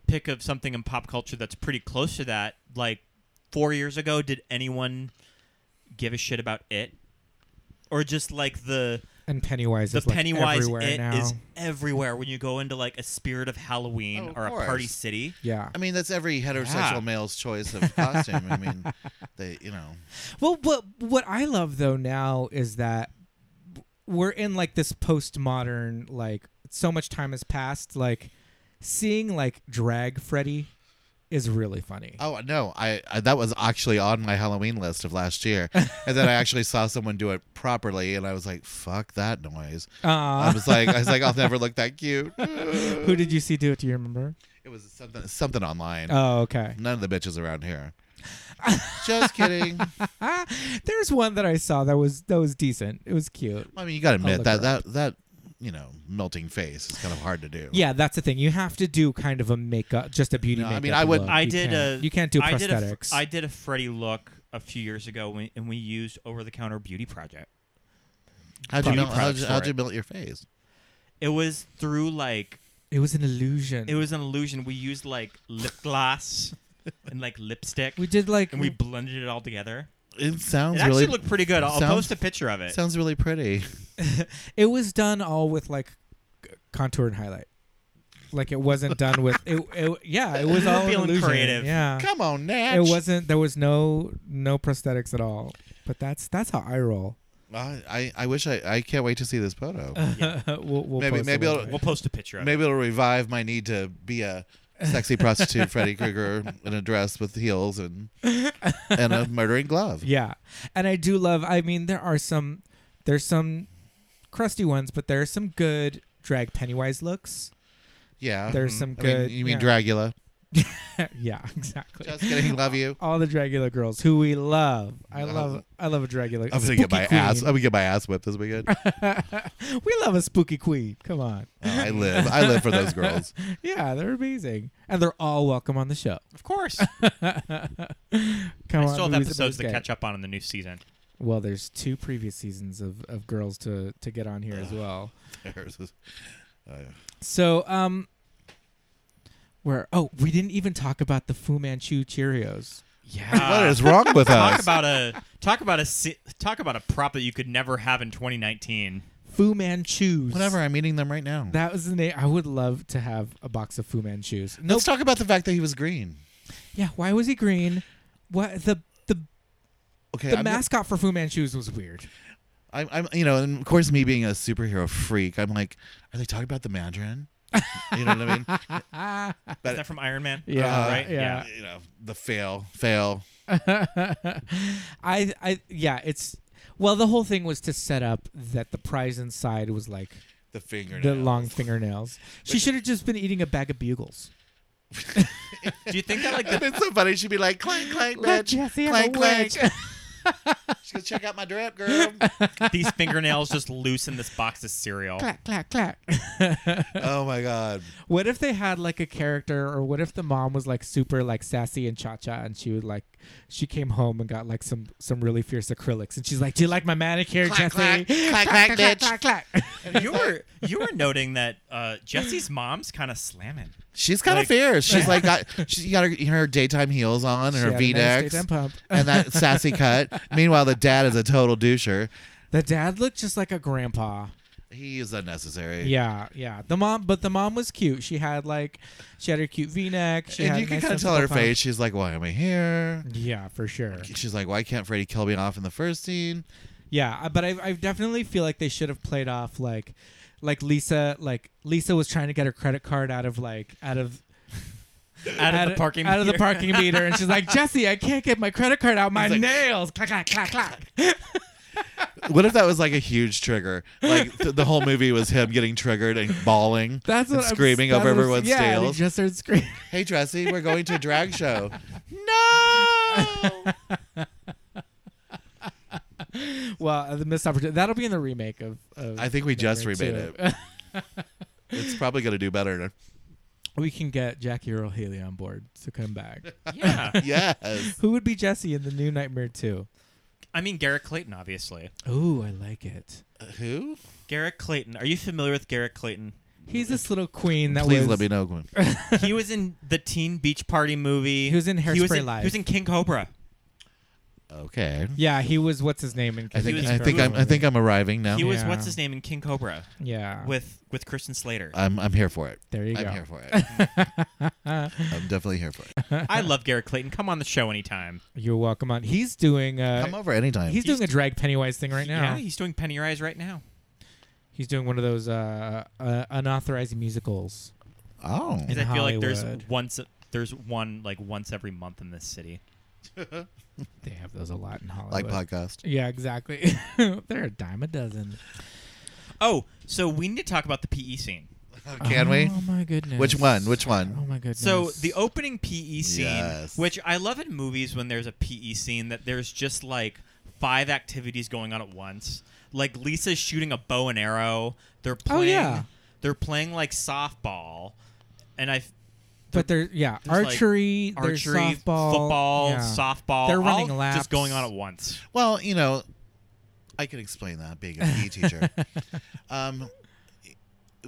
S6: pick of something in pop culture that's pretty close to that. Like four years ago, did anyone give a shit about it, or just like the
S5: and Pennywise
S6: the
S5: is like
S6: Pennywise
S5: everywhere
S6: it
S5: now.
S6: is everywhere when you go into like a spirit of Halloween
S7: Oh, of
S6: or a party
S7: course.
S6: city.
S5: yeah.
S7: I mean, that's every heterosexual
S6: Yeah.
S7: male's choice of costume. I mean, they, you know,
S5: Well, what what I love though now is that we're in like this postmodern like so much time has passed like seeing like drag Freddy is really funny.
S7: oh no, I, I that was actually on my Halloween list of last year, and then I actually saw someone do it properly, and I was like, "Fuck that noise!" I
S5: Uh,
S7: was like, "I was like, I'll never look that cute." it
S5: who did you see do it? Do you remember?
S7: was something something online.
S5: Oh, okay.
S7: None of the bitches around here. Just kidding.
S5: Ah, there's one that I saw that was that was decent. It was cute.
S7: I mean, you got to admit
S5: look
S7: that
S5: her up.
S7: that that you know melting face is kind of hard to do.
S5: Yeah, that's the thing. You have to do kind of a makeup, just a beauty
S7: No, I
S5: makeup.
S7: mean, I would-
S5: look.
S6: I
S5: You
S6: did
S5: can't-
S6: a
S5: You can't do
S6: I did a-
S5: prosthetics.
S6: I did a Freddy look a few years ago when, and we used over the counter beauty project.
S7: How'd you
S6: Beauty
S7: melt, how'd,
S6: products
S7: you-
S6: for
S7: how'd
S6: it.
S7: you melt your face?
S6: It was through like
S5: it was an illusion.
S6: It was an illusion. We used like lip gloss and like lipstick,
S5: we did like
S6: and we blended it all together.
S7: It
S6: It
S7: sounds
S6: actually
S7: really
S6: looked pretty good. I'll
S7: sounds-
S6: post a picture of it.
S7: sounds really pretty.
S5: It was done all with like c- contour and highlight. Like it wasn't done with it. it yeah, it was all an
S6: Feeling
S5: illusion.
S6: creative.
S5: Yeah,
S7: Come on, Natch.
S5: it wasn't. There was no no prosthetics at all. But that's that's how I roll.
S7: I, I, I wish I, I can't wait to see this photo.
S5: Uh, we'll, we'll
S7: Maybe-
S5: post
S7: maybe
S5: it
S7: I'll-
S5: one day.
S6: we'll post a picture of
S7: Maybe it'll revive my need to be a sexy prostitute, Freddy Krueger, in a dress with heels and and a murdering glove.
S5: yeah, and I do love. I mean, there are some there's some crusty ones, but there are some good drag Pennywise looks.
S7: Yeah,
S5: There's some
S7: Mm-hmm. I mean,
S5: good.
S7: you mean
S5: yeah.
S7: Dragula?
S5: yeah, exactly.
S7: Just kidding. Love you.
S5: all the Dragula girls who we love. I
S7: Love.
S5: love I love a Dragula.
S7: I'm gonna
S5: spooky
S7: get my
S5: queen.
S7: ass. I'm gonna get my ass whipped this weekend. Oh,
S5: we love a spooky queen. Come on.
S7: I live. I live for those girls.
S5: Yeah, they're amazing. And they're all welcome on the show.
S6: Of course,
S5: Come
S6: I
S5: on.
S6: still have
S5: movies
S6: episodes to
S5: about
S6: catch
S5: gay.
S6: up on in the new season.
S5: Well, there's two previous seasons of, of girls to, to get on here as well. So, um where oh, we didn't even talk about the Fu Manchu Cheerios.
S7: what
S6: Yeah,
S7: is wrong with
S6: Uh, talk
S7: us?
S6: about a talk about a si- talk about a prop that you could never have in 2019.
S5: Fu Manchus.
S7: Whatever. I'm eating them right now.
S5: That was the name. I would love to have a box of Fu Manchus. No,
S7: Let's talk about the fact that he was green.
S5: yeah. Why was he green? What the the
S7: Okay,
S5: the
S7: I'm gonna-
S5: mascot for Fu Manchus was weird.
S7: I'm, I'm, you know, and of course, me being a superhero freak, I'm like, are they talking about the Mandarin? you know what I mean? Uh,
S6: Is that from Iron Man?
S5: Yeah,
S6: Uh, right.
S5: yeah.
S7: You know, the fail, fail.
S5: I, I, yeah, it's well, the whole thing was to set up that the prize inside was like
S7: The finger.
S5: the long fingernails. She should have just been eating a bag of bugles.
S6: Do you think that like the
S7: it's so funny. She'd be like, clank, clank,
S5: Let
S7: bitch.
S5: Jesse have
S7: clank,
S5: a
S7: clank.
S5: wig.
S7: She's gonna check out my drip, girl.
S6: These fingernails just loosen this box of cereal.
S5: clack clack clack.
S7: oh my god.
S5: what if they had like a character, or what if the mom was like super like sassy and cha cha, and she would like she came home and got like some some really fierce acrylics, and she's like, "Do you like my manicure,
S7: Clack,
S5: Jesse?"
S7: clack, clack, clack, bitch.
S5: clack clack clack.
S6: You were you were noting that uh, Jesse's mom's kind of slamming.
S7: She's kind of
S6: Like-
S7: fierce. She's like got she's got her, her daytime heels on and
S5: She
S7: her
S5: had a nice
S7: V necks
S5: daytime pump.
S7: and that sassy cut. Meanwhile, the dad is a total doucher.
S5: The dad looked just like a grandpa.
S7: He is unnecessary.
S5: Yeah, yeah. The mom, but the mom was cute. She had like, she had her cute V-neck. She
S7: and
S5: had
S7: you can
S5: nice
S7: kind of tell
S5: sensible
S7: her
S5: pump.
S7: face. She's like, "Why am I here?"
S5: Yeah, for sure.
S7: She's like, "Why can't Freddy kill me off in the first scene?"
S5: Yeah, I- but I, I definitely feel like they should have played off like, like Lisa, like Lisa was trying to get her credit card out of like out of
S6: Out of the parking
S5: out of the
S6: meter.
S5: parking meter, and she's like, Jesse, I can't get my credit card out. My
S7: He's like-
S5: nails, clack clack clack clack.
S7: What if that was like a huge trigger? Like th- the whole movie was him getting triggered and bawling,
S5: That's
S7: and
S5: what I'm-
S7: screaming
S5: that's
S7: over
S5: what I'm-
S7: everyone's
S5: yeah, and he
S7: tails.
S5: just started screaming.
S7: hey, Dressy, we're going to a drag show.
S6: No.
S5: well, uh, the missed opportunity. That'll be in the remake of. of
S7: I think we just
S5: Nightmare
S7: remade
S5: Two.
S7: it. It's probably gonna do better.
S5: We can get Jackie Earl Haley on board to come back.
S6: yeah.
S7: Yes.
S5: Who would be Jesse in the new Nightmare 2?
S6: I mean Garrett Clayton, obviously.
S5: Ooh, I like it.
S7: Who?
S6: Garrett Clayton. Are you familiar with Garrett Clayton?
S5: He's this little queen that
S7: Please
S5: was.
S7: let me know. Gwen.
S6: He was in the Teen Beach Party movie.
S5: He was in
S6: He was
S5: Hairspray
S6: in,
S5: Live.
S6: He was in King Cobra.
S7: Okay.
S5: Yeah, he was. What's his name? In
S7: I think
S6: was
S7: I think I'm I think I'm arriving now.
S6: He was
S5: Oh, Yeah. Oh.
S6: what's his name in King Cobra
S5: Yeah.
S6: with with Kristen Slater.
S7: I'm I'm here for it.
S5: there you
S7: I'm
S5: go.
S7: here for it. I'm definitely here for it.
S6: I love Garrett Clayton. Come on the show anytime.
S5: You're welcome on. He's doing. Uh,
S7: Come over anytime.
S5: He's doing a drag Pennywise thing right now.
S6: Yeah, he's doing Penny Rise right now.
S5: he's doing one of those uh, uh, unauthorized musicals.
S7: oh.
S6: Because I
S5: In
S6: feel like there's
S5: Hollywood.
S6: once there's one like once every month in this city.
S5: They have those a lot in Hollywood.
S7: Like podcast.
S5: Yeah, exactly. They're a dime a dozen.
S6: Oh, so we need to talk about the PE scene.
S7: Can we?
S5: Oh my goodness.
S7: Which one? Which
S5: Oh
S7: one?
S5: my goodness.
S6: So the opening PE scene,
S7: Yes.
S6: which I love in movies when there's a PE scene that there's just like five activities going on at once. Like Lisa's shooting a bow and arrow. They're
S5: Oh,
S6: playing.
S5: yeah.
S6: They're playing like softball, and I
S5: But they're yeah,
S6: There's, like,
S5: archery, there's
S6: archery,
S5: softball,
S6: football,
S5: yeah.
S6: softball.
S5: They're running
S6: all
S5: laps.
S6: just going on at once.
S7: Well, you know, I can explain that being a PE teacher. um,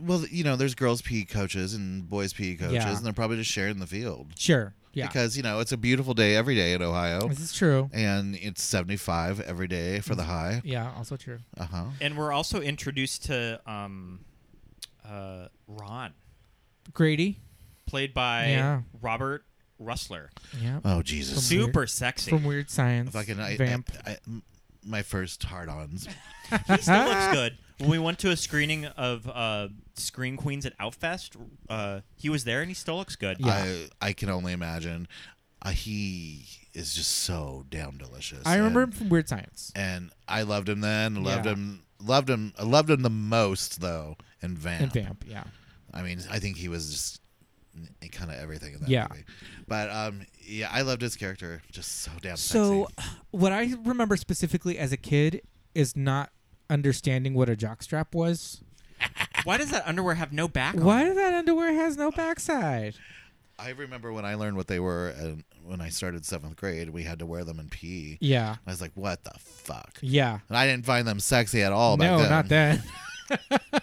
S7: well, you know, there's girls PE coaches and boys PE coaches,
S5: Yeah.
S7: and they're probably just sharing the field
S5: Sure. Yeah.
S7: because you know it's a beautiful day every day in Ohio,
S5: this is true.
S7: and it's 75 every day for the high.
S5: Yeah, also true.
S7: Uh huh.
S6: And we're also introduced to um, uh, Ron,
S5: Grady.
S6: played by
S5: Yeah.
S6: Robert Russler.
S5: Yeah.
S7: Oh Jesus!
S5: Weird-
S6: Super sexy.
S5: From Weird Science.
S7: Fucking I,
S5: Vamp.
S7: I, I- m- my first hard-ons.
S6: He still looks good. When we went to a screening of uh, Screen Queens at Outfest, uh, he was there and he still looks good.
S7: I I can only imagine. Uh, he is just so damn delicious.
S5: I, remember him
S7: and-
S5: from Weird Science.
S7: and I loved him then. Loved
S5: Yeah.
S7: him. Loved him. I loved him the most though in Vamp.
S5: And Vamp, yeah.
S7: I mean, I think he was just kind of everything in that
S5: Yeah.
S7: movie. But um, yeah, I loved his character. Just so damn
S5: So
S7: sexy.
S5: what I remember specifically as a kid is not understanding what a jockstrap was.
S6: Uh, Why does that underwear have no back? on
S5: Why
S6: it?
S5: does that underwear has no backside?
S7: I remember when I learned what they were, and when I started seventh grade, we had to wear them in PE.
S5: Yeah.
S7: I was like, what the fuck?
S5: Yeah.
S7: And I didn't find them sexy at all back
S5: no,
S7: then.
S5: not then.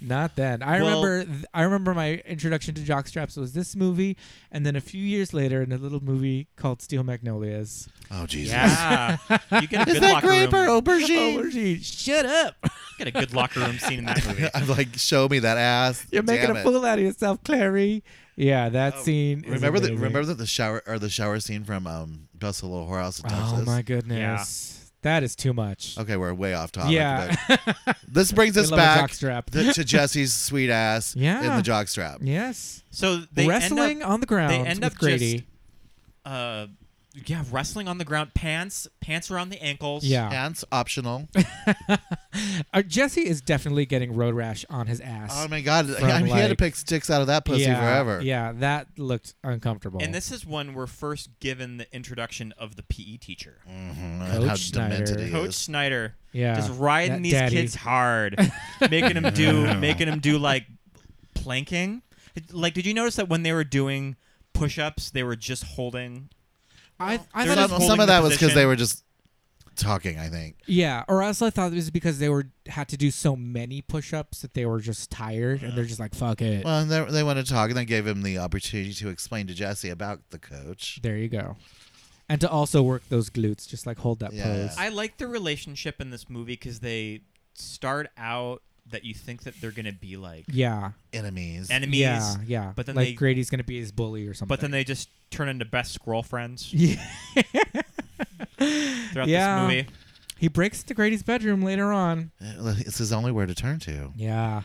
S5: not then. I
S6: Well-
S5: remember. th- I remember my introduction to jockstraps was this movie, and then a few years later, in a little movie called Steel Magnolias.
S7: Oh Jesus!
S6: Yeah, you get a
S7: Is
S6: good
S7: that
S6: locker
S7: grape or
S6: room.
S7: aubergine?
S5: gee, shut up!
S6: Get a good locker room scene in that movie.
S7: I'm like, show me that ass.
S5: You're making
S7: Damn
S5: a
S7: it. Oh,
S5: fool out of yourself, Clary. Yeah, that scene. is
S7: Remember the
S5: amazing.
S7: remember that the shower or the shower scene from um Best of Little Whorehouse in Texas.
S5: Oh my goodness, that is too much.
S7: Okay, we're way off topic.
S5: Yeah.
S7: but this brings
S5: We
S7: us
S5: love a
S7: back
S5: jockstrap.
S7: th- to Jesse's sweet ass in
S5: Yeah.
S7: the jockstrap.
S5: Yes,
S6: So they
S5: wrestling
S6: end up,
S5: on the ground
S6: they end
S5: with
S6: up
S5: Grady.
S6: just uh, yeah, wrestling on the ground, pants, pants around the ankles.
S5: Yeah.
S7: Pants optional.
S5: Uh, Jesse is definitely getting road rash on his ass.
S7: Oh my god! I mean, he had to
S5: like-
S7: pick sticks out of that pussy
S5: yeah,
S7: forever.
S5: Yeah, that looked uncomfortable.
S6: And this is when we're first given the introduction of the PE teacher.
S7: Mm, And how
S5: Coach Snyder.
S7: demented he
S6: Coach
S7: is.
S6: Snyder
S5: Yeah,
S6: just riding
S5: that
S6: these
S5: daddy.
S6: kids hard, making them do making them do like planking. Like, did you notice that when they were doing push-ups, they were just holding?
S5: I, I
S6: There's
S5: thought, it
S7: Some,
S5: was,
S6: holding
S7: some of
S6: the
S7: that was because
S6: position.
S7: they were just talking. I think.
S5: yeah, or else I thought it was because they were had to do so many push-ups that they were just tired and they're just like, "Fuck it."
S7: Well, and they, they wanted to talk, and they gave him the opportunity to explain to Jesse about the coach.
S5: there you go, and to also work those glutes, just like hold that
S7: Yeah.
S5: pose.
S6: I like the relationship in this movie because they start out that you think that they're gonna be like
S5: yeah,
S7: Enemies.
S6: enemies,
S5: yeah, yeah.
S6: But then
S5: like
S6: they,
S5: Grady's gonna be his bully or something.
S6: but then they just turn into best squirrel friends
S5: yeah,
S6: throughout
S5: Yeah.
S6: this movie.
S5: he breaks into Grady's bedroom later on.
S7: Uh, It's his only where to turn to.
S5: Yeah.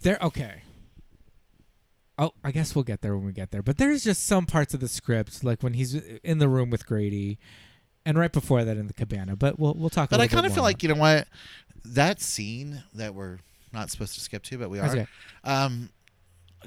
S5: They're okay. Oh, I guess we'll get there when we get there. But there's just some parts of the script, like when he's in the room with Grady, and right before that in the cabana. But we'll we'll talk.
S7: But
S5: a
S7: I
S5: little
S7: kind
S5: bit
S7: of
S5: more.
S7: feel like you know what that scene that we're not supposed to skip to, but we are.
S5: That's okay.
S7: Um,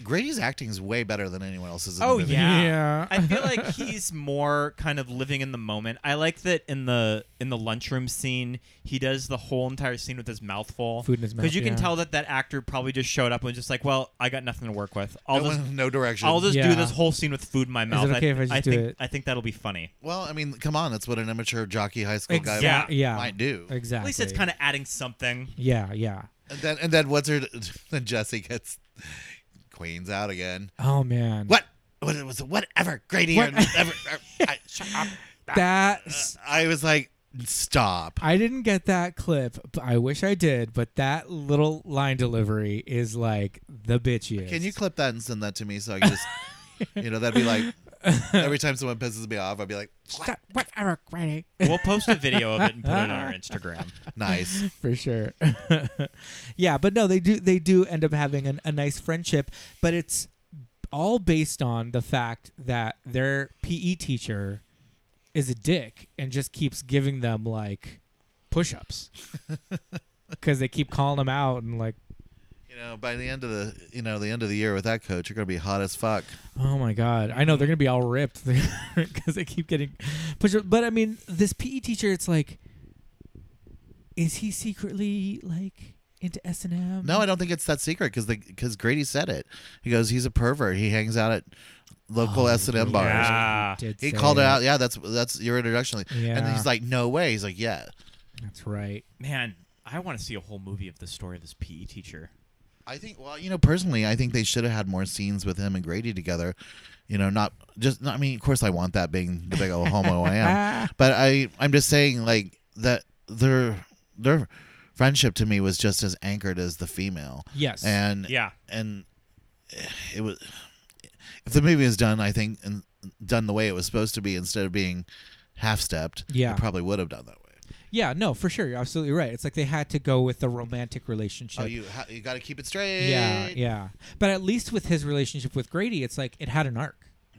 S7: Grady's acting is way better than anyone else's. In
S6: Oh
S7: the movie.
S6: yeah.
S5: Yeah.
S6: I feel like he's more kind of living in the moment. I like that in the in the lunchroom scene, he does the whole entire scene with his mouth full.
S5: Food in his mouth,
S6: you can
S5: yeah.
S6: tell that that actor probably just showed up and was just like, "Well, I got nothing to work with. I'll
S7: no,
S6: just
S7: one- no direction.
S6: I'll just
S5: Yeah.
S6: do this whole scene with food in my mouth.
S5: okay if I
S6: I,
S5: just do
S6: think
S5: it?
S6: I think that'll be funny.
S7: well, I mean, come on, that's what an immature jockey high school guy
S5: Exact-
S7: might,
S5: yeah.
S7: might do.
S5: exactly.
S6: At least it's kind of adding something.
S5: Yeah, yeah.
S7: And then and then what's her? Then Jesse gets Queens out again.
S5: Oh man,
S7: What? What it was? Whatever, Grady.
S5: What?
S7: Or, ever, I, shut up.
S5: that
S7: I was like, stop.
S5: I didn't get that clip. But I wish I did. But that little line delivery is like the bitchiest.
S7: Can you clip that and send that to me so I can just, you know, that'd be like every time someone pisses me off, I'd be like,
S5: Stop- whatever, Grady?
S6: We'll post a video of it and put it on our Instagram.
S7: nice.
S5: for sure. yeah, but no, they do they do end up having an, a nice friendship, but it's all based on the fact that their PE teacher is a dick and just keeps giving them like push-ups because they keep calling him out and like,
S7: You know, by the end of the, you know, the end of the year with that coach, you're gonna be hot as fuck.
S5: oh my god, I know they're gonna be all ripped because they keep getting push-ups. But I mean, this PE teacher, it's like, is he secretly like into S and M?
S7: No, I don't think it's that secret because because Grady said it. He goes, he's a pervert. He hangs out at local
S5: Oh,
S7: S and M bars.
S6: yeah.
S5: did
S7: He
S5: say
S7: called it
S5: that.
S7: out. Yeah, that's that's your introduction. And
S5: Yeah.
S7: then he's like, no way. He's like, yeah.
S5: That's right.
S6: Man, I want to see a whole movie of the story of this PE teacher.
S7: I think. Well, you know, personally, I think they should have had more scenes with him and Grady together. You know, not just. Not, I mean, of course, I want that being the big old homo I am, but I I'm just saying like that their their friendship to me was just as anchored as the female.
S5: Yes.
S7: And
S6: Yeah.
S7: and it was if the movie was done, I think, and done the way it was supposed to be, instead of being half stepped,
S5: Yeah.
S7: it probably would have done that way.
S5: Yeah, no, for sure. You're absolutely right. It's like they had to go with the romantic relationship.
S7: Oh, you ha- you got to keep it straight.
S5: yeah, yeah. But at least with his relationship with Grady, it's like it had an arc.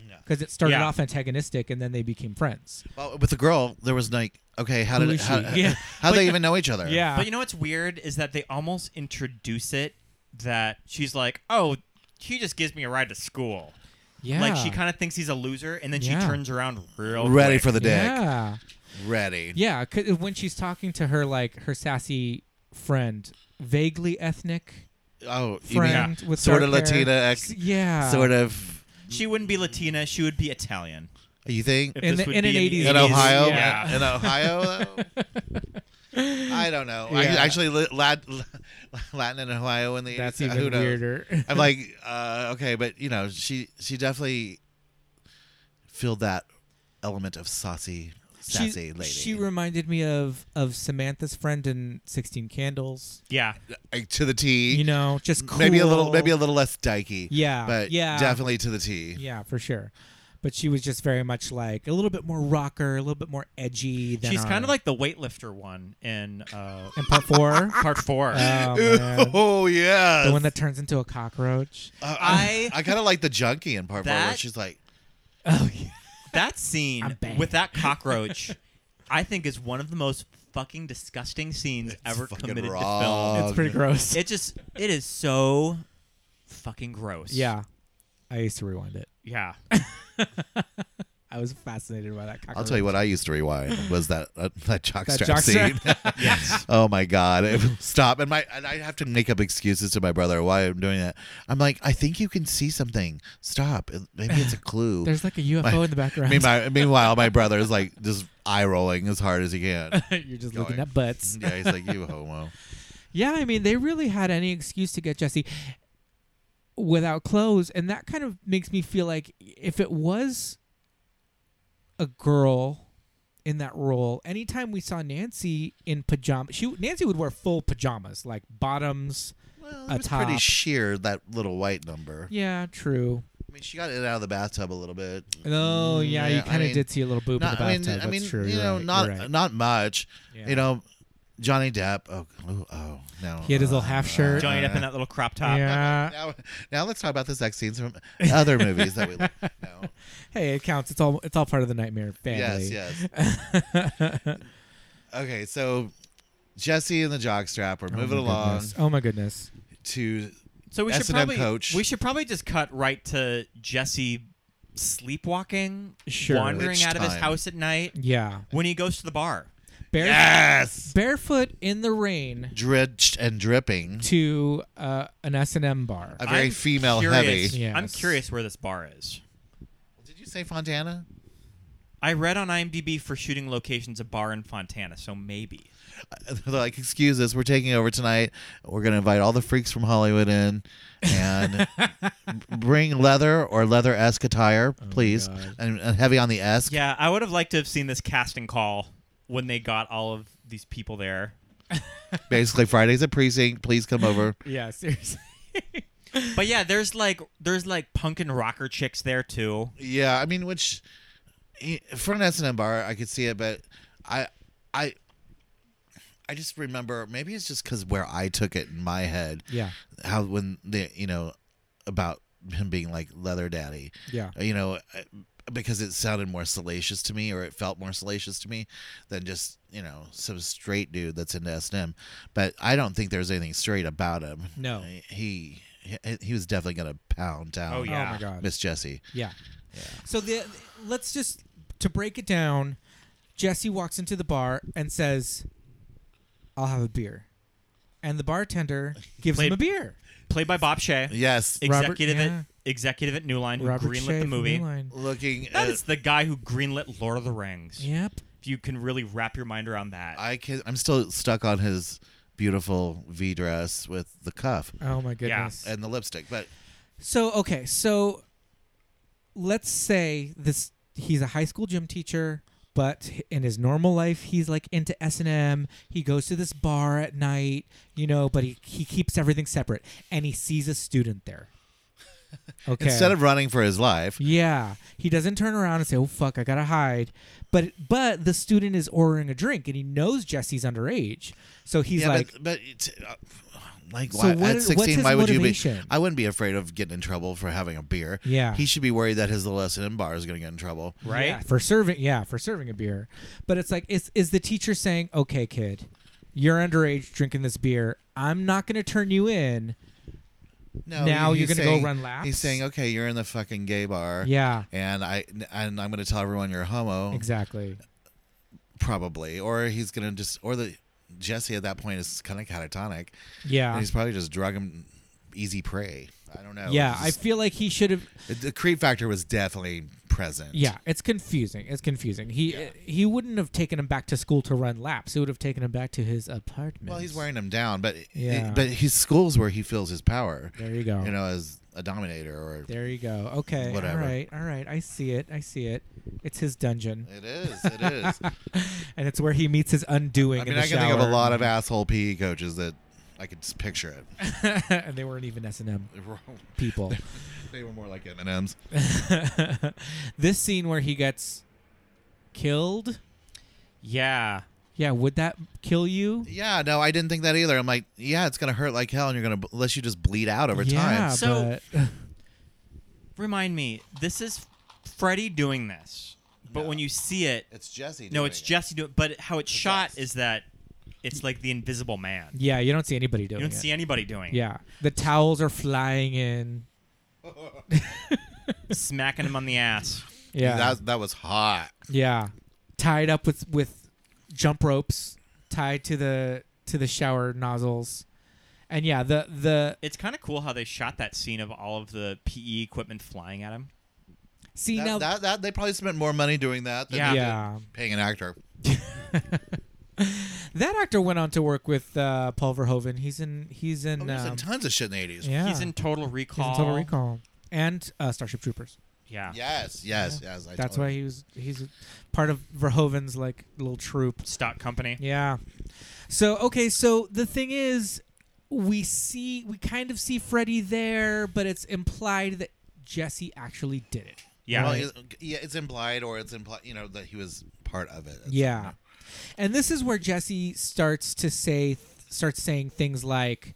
S7: Yeah.
S5: Because it started
S6: Yeah.
S5: off antagonistic and then they became friends.
S7: Well, with the girl, there was like, okay, how
S5: Who
S7: did
S5: is
S7: how,
S5: she? Yeah.
S7: how they even know each other?
S5: Yeah.
S6: But you know what's weird is that they almost introduce it that she's like, oh, she just gives me a ride to school.
S5: yeah.
S6: Like she kind of thinks he's a loser, and then
S5: Yeah.
S6: she turns around real
S7: ready
S6: quick.
S7: for the dick.
S5: Yeah.
S7: Ready.
S5: Yeah. 'cause when she's talking to her, like her sassy friend, vaguely ethnic
S7: Oh, you mean
S5: friend with
S7: sort of
S5: dark hair.
S7: Latina, ex,
S5: S- Yeah.
S7: sort of.
S6: She wouldn't be Latina; she would be Italian.
S7: You think
S6: If
S5: In
S6: this
S5: the-
S6: would
S5: in an
S6: be
S5: 80s
S7: in Ohio?
S6: yeah.
S7: In Ohio, though? I don't know. I,
S5: Yeah.
S7: actually, li- Lat- Latin in Ohio in the
S5: That's
S7: 80s, uh, who
S5: even
S7: knows?
S5: weirder.
S7: I'm like, uh, okay, but you know, she she definitely filled that element of saucy, sassy
S5: she,
S7: lady.
S5: she reminded me of of Samantha's friend in Sixteen Candles.
S6: yeah.
S7: Like, to the T.
S5: You know, just cool.
S7: maybe a little maybe a little less dykey.
S5: Yeah,
S7: But
S5: yeah.
S7: definitely to the T.
S5: Yeah, for sure. But she was just very much like a little bit more rocker, a little bit more edgy than
S6: She's kind
S5: our-
S6: of like the weightlifter one in uh,
S5: in part four.
S6: part four.
S5: oh, man.
S7: Oh yeah.
S5: The one that turns into a cockroach.
S7: Uh, I
S6: I-
S7: I kind of like the junkie in part four where
S6: That-
S7: she's like,
S5: Oh yeah.
S6: that scene
S5: I'm bad.
S6: with that cockroach, I think is one of the most fucking disgusting scenes ever
S7: fucking
S6: committed
S7: raw.
S6: to film.
S5: It's pretty gross.
S6: It just it is so fucking gross.
S5: yeah. I used to rewind it.
S6: Yeah.
S5: I was fascinated by that cockroach.
S7: I'll tell you what I used to rewind was that uh, that
S5: That
S7: jockstrap
S5: jockstrap.
S7: scene. Oh my god! It would stop, and my and I have to make up excuses to my brother why I'm doing that. I'm like, I think you can see something. Stop. And Maybe it's a clue.
S5: There's like a UFO
S7: My-
S5: in the background.
S7: meanwhile, meanwhile, my brother's like just eye rolling as hard as he can.
S5: You're just looking
S7: Going.
S5: at butts.
S7: Yeah, he's like, you homo.
S5: Yeah, I mean, they really had any excuse to get Jesse without clothes, and that kind of makes me feel like if it was a girl in that role, anytime we saw Nancy in pajamas, she Nancy would wear full pajamas, like bottoms.
S7: Well,
S5: A
S7: it was pretty
S5: top.
S7: sheer that little white number.
S5: Yeah, true.
S7: I mean, she got it out of the bathtub a little bit.
S5: Oh,
S7: Mm,
S5: yeah, you
S7: I
S5: kind of
S7: mean,
S5: did see a little boob
S7: not-
S5: in the bathtub.
S7: I mean, I mean,
S5: That's true.
S7: you
S5: You're
S7: know,
S5: right,
S7: not
S5: you're right.
S7: not much.
S5: Yeah.
S7: You know, Johnny Depp. Oh, oh, oh no.
S5: He had his
S7: uh,
S5: little half shirt.
S6: Johnny Depp in that little crop top.
S5: yeah.
S7: Now, now let's talk about the sex scenes from other movies that we like. No.
S5: Hey, it counts. It's all it's all part of the nightmare family.
S7: Yes, yes. okay, so Jesse and the jockstrap are
S5: Oh
S7: moving
S5: my
S7: along
S5: goodness. Oh my goodness.
S7: to
S6: So we should
S7: S&M
S6: probably
S7: coach.
S6: we should probably just cut right to Jesse sleepwalking,
S5: Sure.
S6: wandering
S7: Witch
S6: out of his
S7: time.
S6: house at night
S5: Yeah.
S6: when he goes to the bar.
S5: Bare,
S7: yes,
S5: Barefoot in the rain
S7: drenched and dripping.
S5: to uh, an S and M bar.
S7: A very
S6: I'm
S7: female
S6: curious-
S7: heavy.
S6: I'm
S5: Yes.
S6: curious where this bar is.
S7: Did you say Fontana?
S6: I read on IMDb for shooting locations a bar in Fontana, so maybe.
S7: They're like, excuse us, we're taking over tonight. We're gonna invite all the freaks from Hollywood in, and bring leather or leather-esque attire, please,
S5: Oh God.
S7: and, and heavy on the esque.
S6: Yeah, I would have liked to have seen this casting call when they got all of these people there.
S7: Basically, Friday's a precinct. Please come over.
S5: Yeah, seriously.
S6: But yeah, there's like there's like punk and rocker chicks there too.
S7: Yeah, I mean, which eh, for an S and M bar, I could see it, but I, I, I just remember maybe it's just because where I took it in my head.
S5: Yeah.
S7: how when the you know about him being like leather daddy.
S5: Yeah.
S7: you know eh, because it sounded more salacious to me, or it felt more salacious to me than just you know some straight dude that's into S and M. But I don't think there's anything straight about him.
S5: No.
S7: he he, he was definitely gonna pound down.
S6: Oh, yeah.
S5: Oh my god.
S7: Miss Jessie.
S5: Yeah. So the let's just to break it down. Jesse walks into the bar and says, "I'll have a beer," and the bartender gives
S6: Played-
S5: him a beer.
S6: Played by Bob Shea,
S7: Yes,
S5: Robert-
S6: executive
S5: yeah.
S6: at executive at New Line who
S5: Robert
S6: greenlit
S5: Shea
S6: the
S5: from
S6: movie.
S5: New Line.
S7: looking
S6: That
S7: at,
S6: is the guy who greenlit Lord of the Rings.
S5: Yep.
S6: If you can really wrap your mind around that.
S7: I can I'm still stuck on his beautiful V dress with the cuff
S5: Oh my goodness.
S7: and the lipstick. But
S5: So okay, so let's say this he's a high school gym teacher, but in his normal life he's like into S&M. He goes to this bar at night, you know, but he he keeps everything separate and he sees a student there. Okay.
S7: instead of running for his life,
S5: yeah, he doesn't turn around and say, "Oh fuck, I got to hide." But but the student is ordering a drink and he knows Jesse's underage. So he's
S7: yeah,
S5: like
S7: but, but it's, uh, like
S5: So
S7: why,
S5: what-
S7: at
S5: what's
S7: 16,
S5: his
S7: why would you
S5: motivation?
S7: be? I wouldn't be afraid of getting in trouble for having a beer.
S5: Yeah.
S7: he should be worried that his little S&M bar is going to get in trouble.
S6: right?
S5: Yeah, for serving yeah for serving a beer but it's like is, is the teacher saying okay kid you're underage drinking this beer i'm not going to turn you in
S7: No,
S5: Now
S7: he's
S5: you're gonna go
S7: saying-
S5: run laps?
S7: He's saying, "Okay, you're in the fucking gay bar."
S5: Yeah.
S7: and I and I'm going to tell everyone you're homo.
S5: exactly
S7: probably, or he's gonna just, or the Jesse at that point is kind of catatonic.
S5: yeah
S7: and he's probably just drug him easy prey. I don't know.
S5: yeah i
S7: It's just-
S5: feel like he should have
S7: the creep factor was definitely present.
S5: yeah it's confusing it's confusing he he wouldn't have taken him back to school to run laps it would have taken him back to his apartment
S7: Well, he's wearing him down, but
S5: Yeah.
S7: but his school's where he feels his power.
S5: There you go.
S7: You know, as a dominator or
S5: there you go okay
S7: Whatever.
S5: all right all right i see it i see it it's his dungeon
S7: it is. It is.
S5: and it's where he meets his undoing
S7: I
S5: in
S7: mean,
S5: the
S7: I can think of a
S5: shower.
S7: lot of asshole PE coaches that I could just picture it.
S5: and they weren't even s&m people
S7: they were more like M and M's.
S5: this scene where he gets killed
S6: Yeah.
S5: yeah would that kill you
S7: Yeah, no, I didn't think that either. I'm like, yeah, it's gonna hurt like hell, and you're gonna unless you just bleed out over
S5: yeah
S7: time.
S6: So-
S5: but
S6: Remind me, this is Freddy doing this. But when you see it,
S7: It's Jesse.
S6: no,
S7: doing
S6: it's
S7: it.
S6: Jesse doing. But how it's shot
S7: us.
S6: is that it's like the Invisible Man.
S5: Yeah, you don't see anybody doing
S6: You don't
S5: it.
S6: see anybody doing. it.
S5: yeah, the towels are flying in.
S6: smacking him on the ass.
S5: Yeah,
S7: That that was hot.
S5: yeah, tied up with with jump ropes tied to the to the shower nozzles, and yeah, the the
S6: It's kind of cool how they shot that scene of all of the PE equipment flying at him.
S5: see
S7: That,
S5: now
S7: that, that- they probably spent more money doing that than
S6: Yeah.
S7: they did
S5: Yeah.
S7: paying an actor.
S5: that actor went on to work with uh, Paul Verhoeven. He's in he's in,
S7: Oh, there's
S5: um,
S7: like tons of shit in the eighties.
S5: yeah
S6: He's in Total
S5: He's
S6: Recall.
S5: in Total Recall and uh, Starship Troopers.
S6: Yeah.
S7: Yes, yes, yes. I
S5: That's
S7: totally-
S5: why he was he's part of Verhoeven's like little troop.
S6: Stock company.
S5: Yeah. So okay, so the thing is, we see we kind of see Freddy there, but it's implied that Jesse actually did it.
S6: Yeah.
S7: Well, it's- yeah, it's implied, or it's implied, you know, that he was part of it. It's-
S5: Yeah. And this is where Jesse starts to say starts saying things like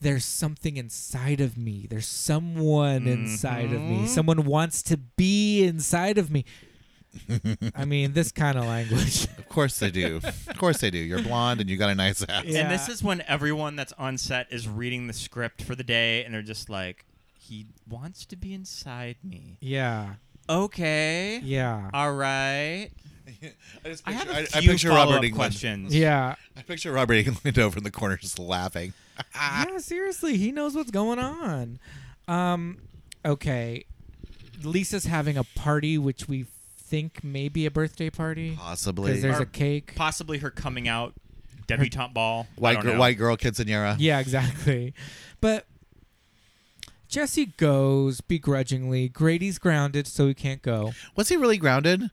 S5: there's something inside of me. There's someone inside of me. Someone wants to be inside of me. I mean, this kind of language.
S7: Of course they do. of course they do. You're blonde and you got a nice ass.
S5: Yeah.
S6: And this is when everyone that's on set is reading the script for the day and they're just like, he wants to be inside me.
S5: Yeah.
S6: Okay.
S5: Yeah.
S6: All right.
S7: I, just
S6: I have
S7: picture,
S6: a
S7: I,
S6: few
S7: I picture
S6: follow-up
S7: Robert Englund.
S6: questions.
S5: Yeah.
S7: I picture Robert Englund over in the corner just laughing.
S6: Ah.
S5: yeah, seriously, he knows what's going on. Um, okay, Lisa's having a party, which we think may be a birthday party
S7: Possibly.
S5: because there's
S6: Or
S5: a cake.
S6: Possibly her coming out debutante ball. I
S7: White,
S6: don't
S7: gir-
S6: know.
S7: white girl quinceanera.
S5: yeah, exactly. But Jesse goes begrudgingly. Grady's grounded, so he can't go.
S7: Was he really grounded?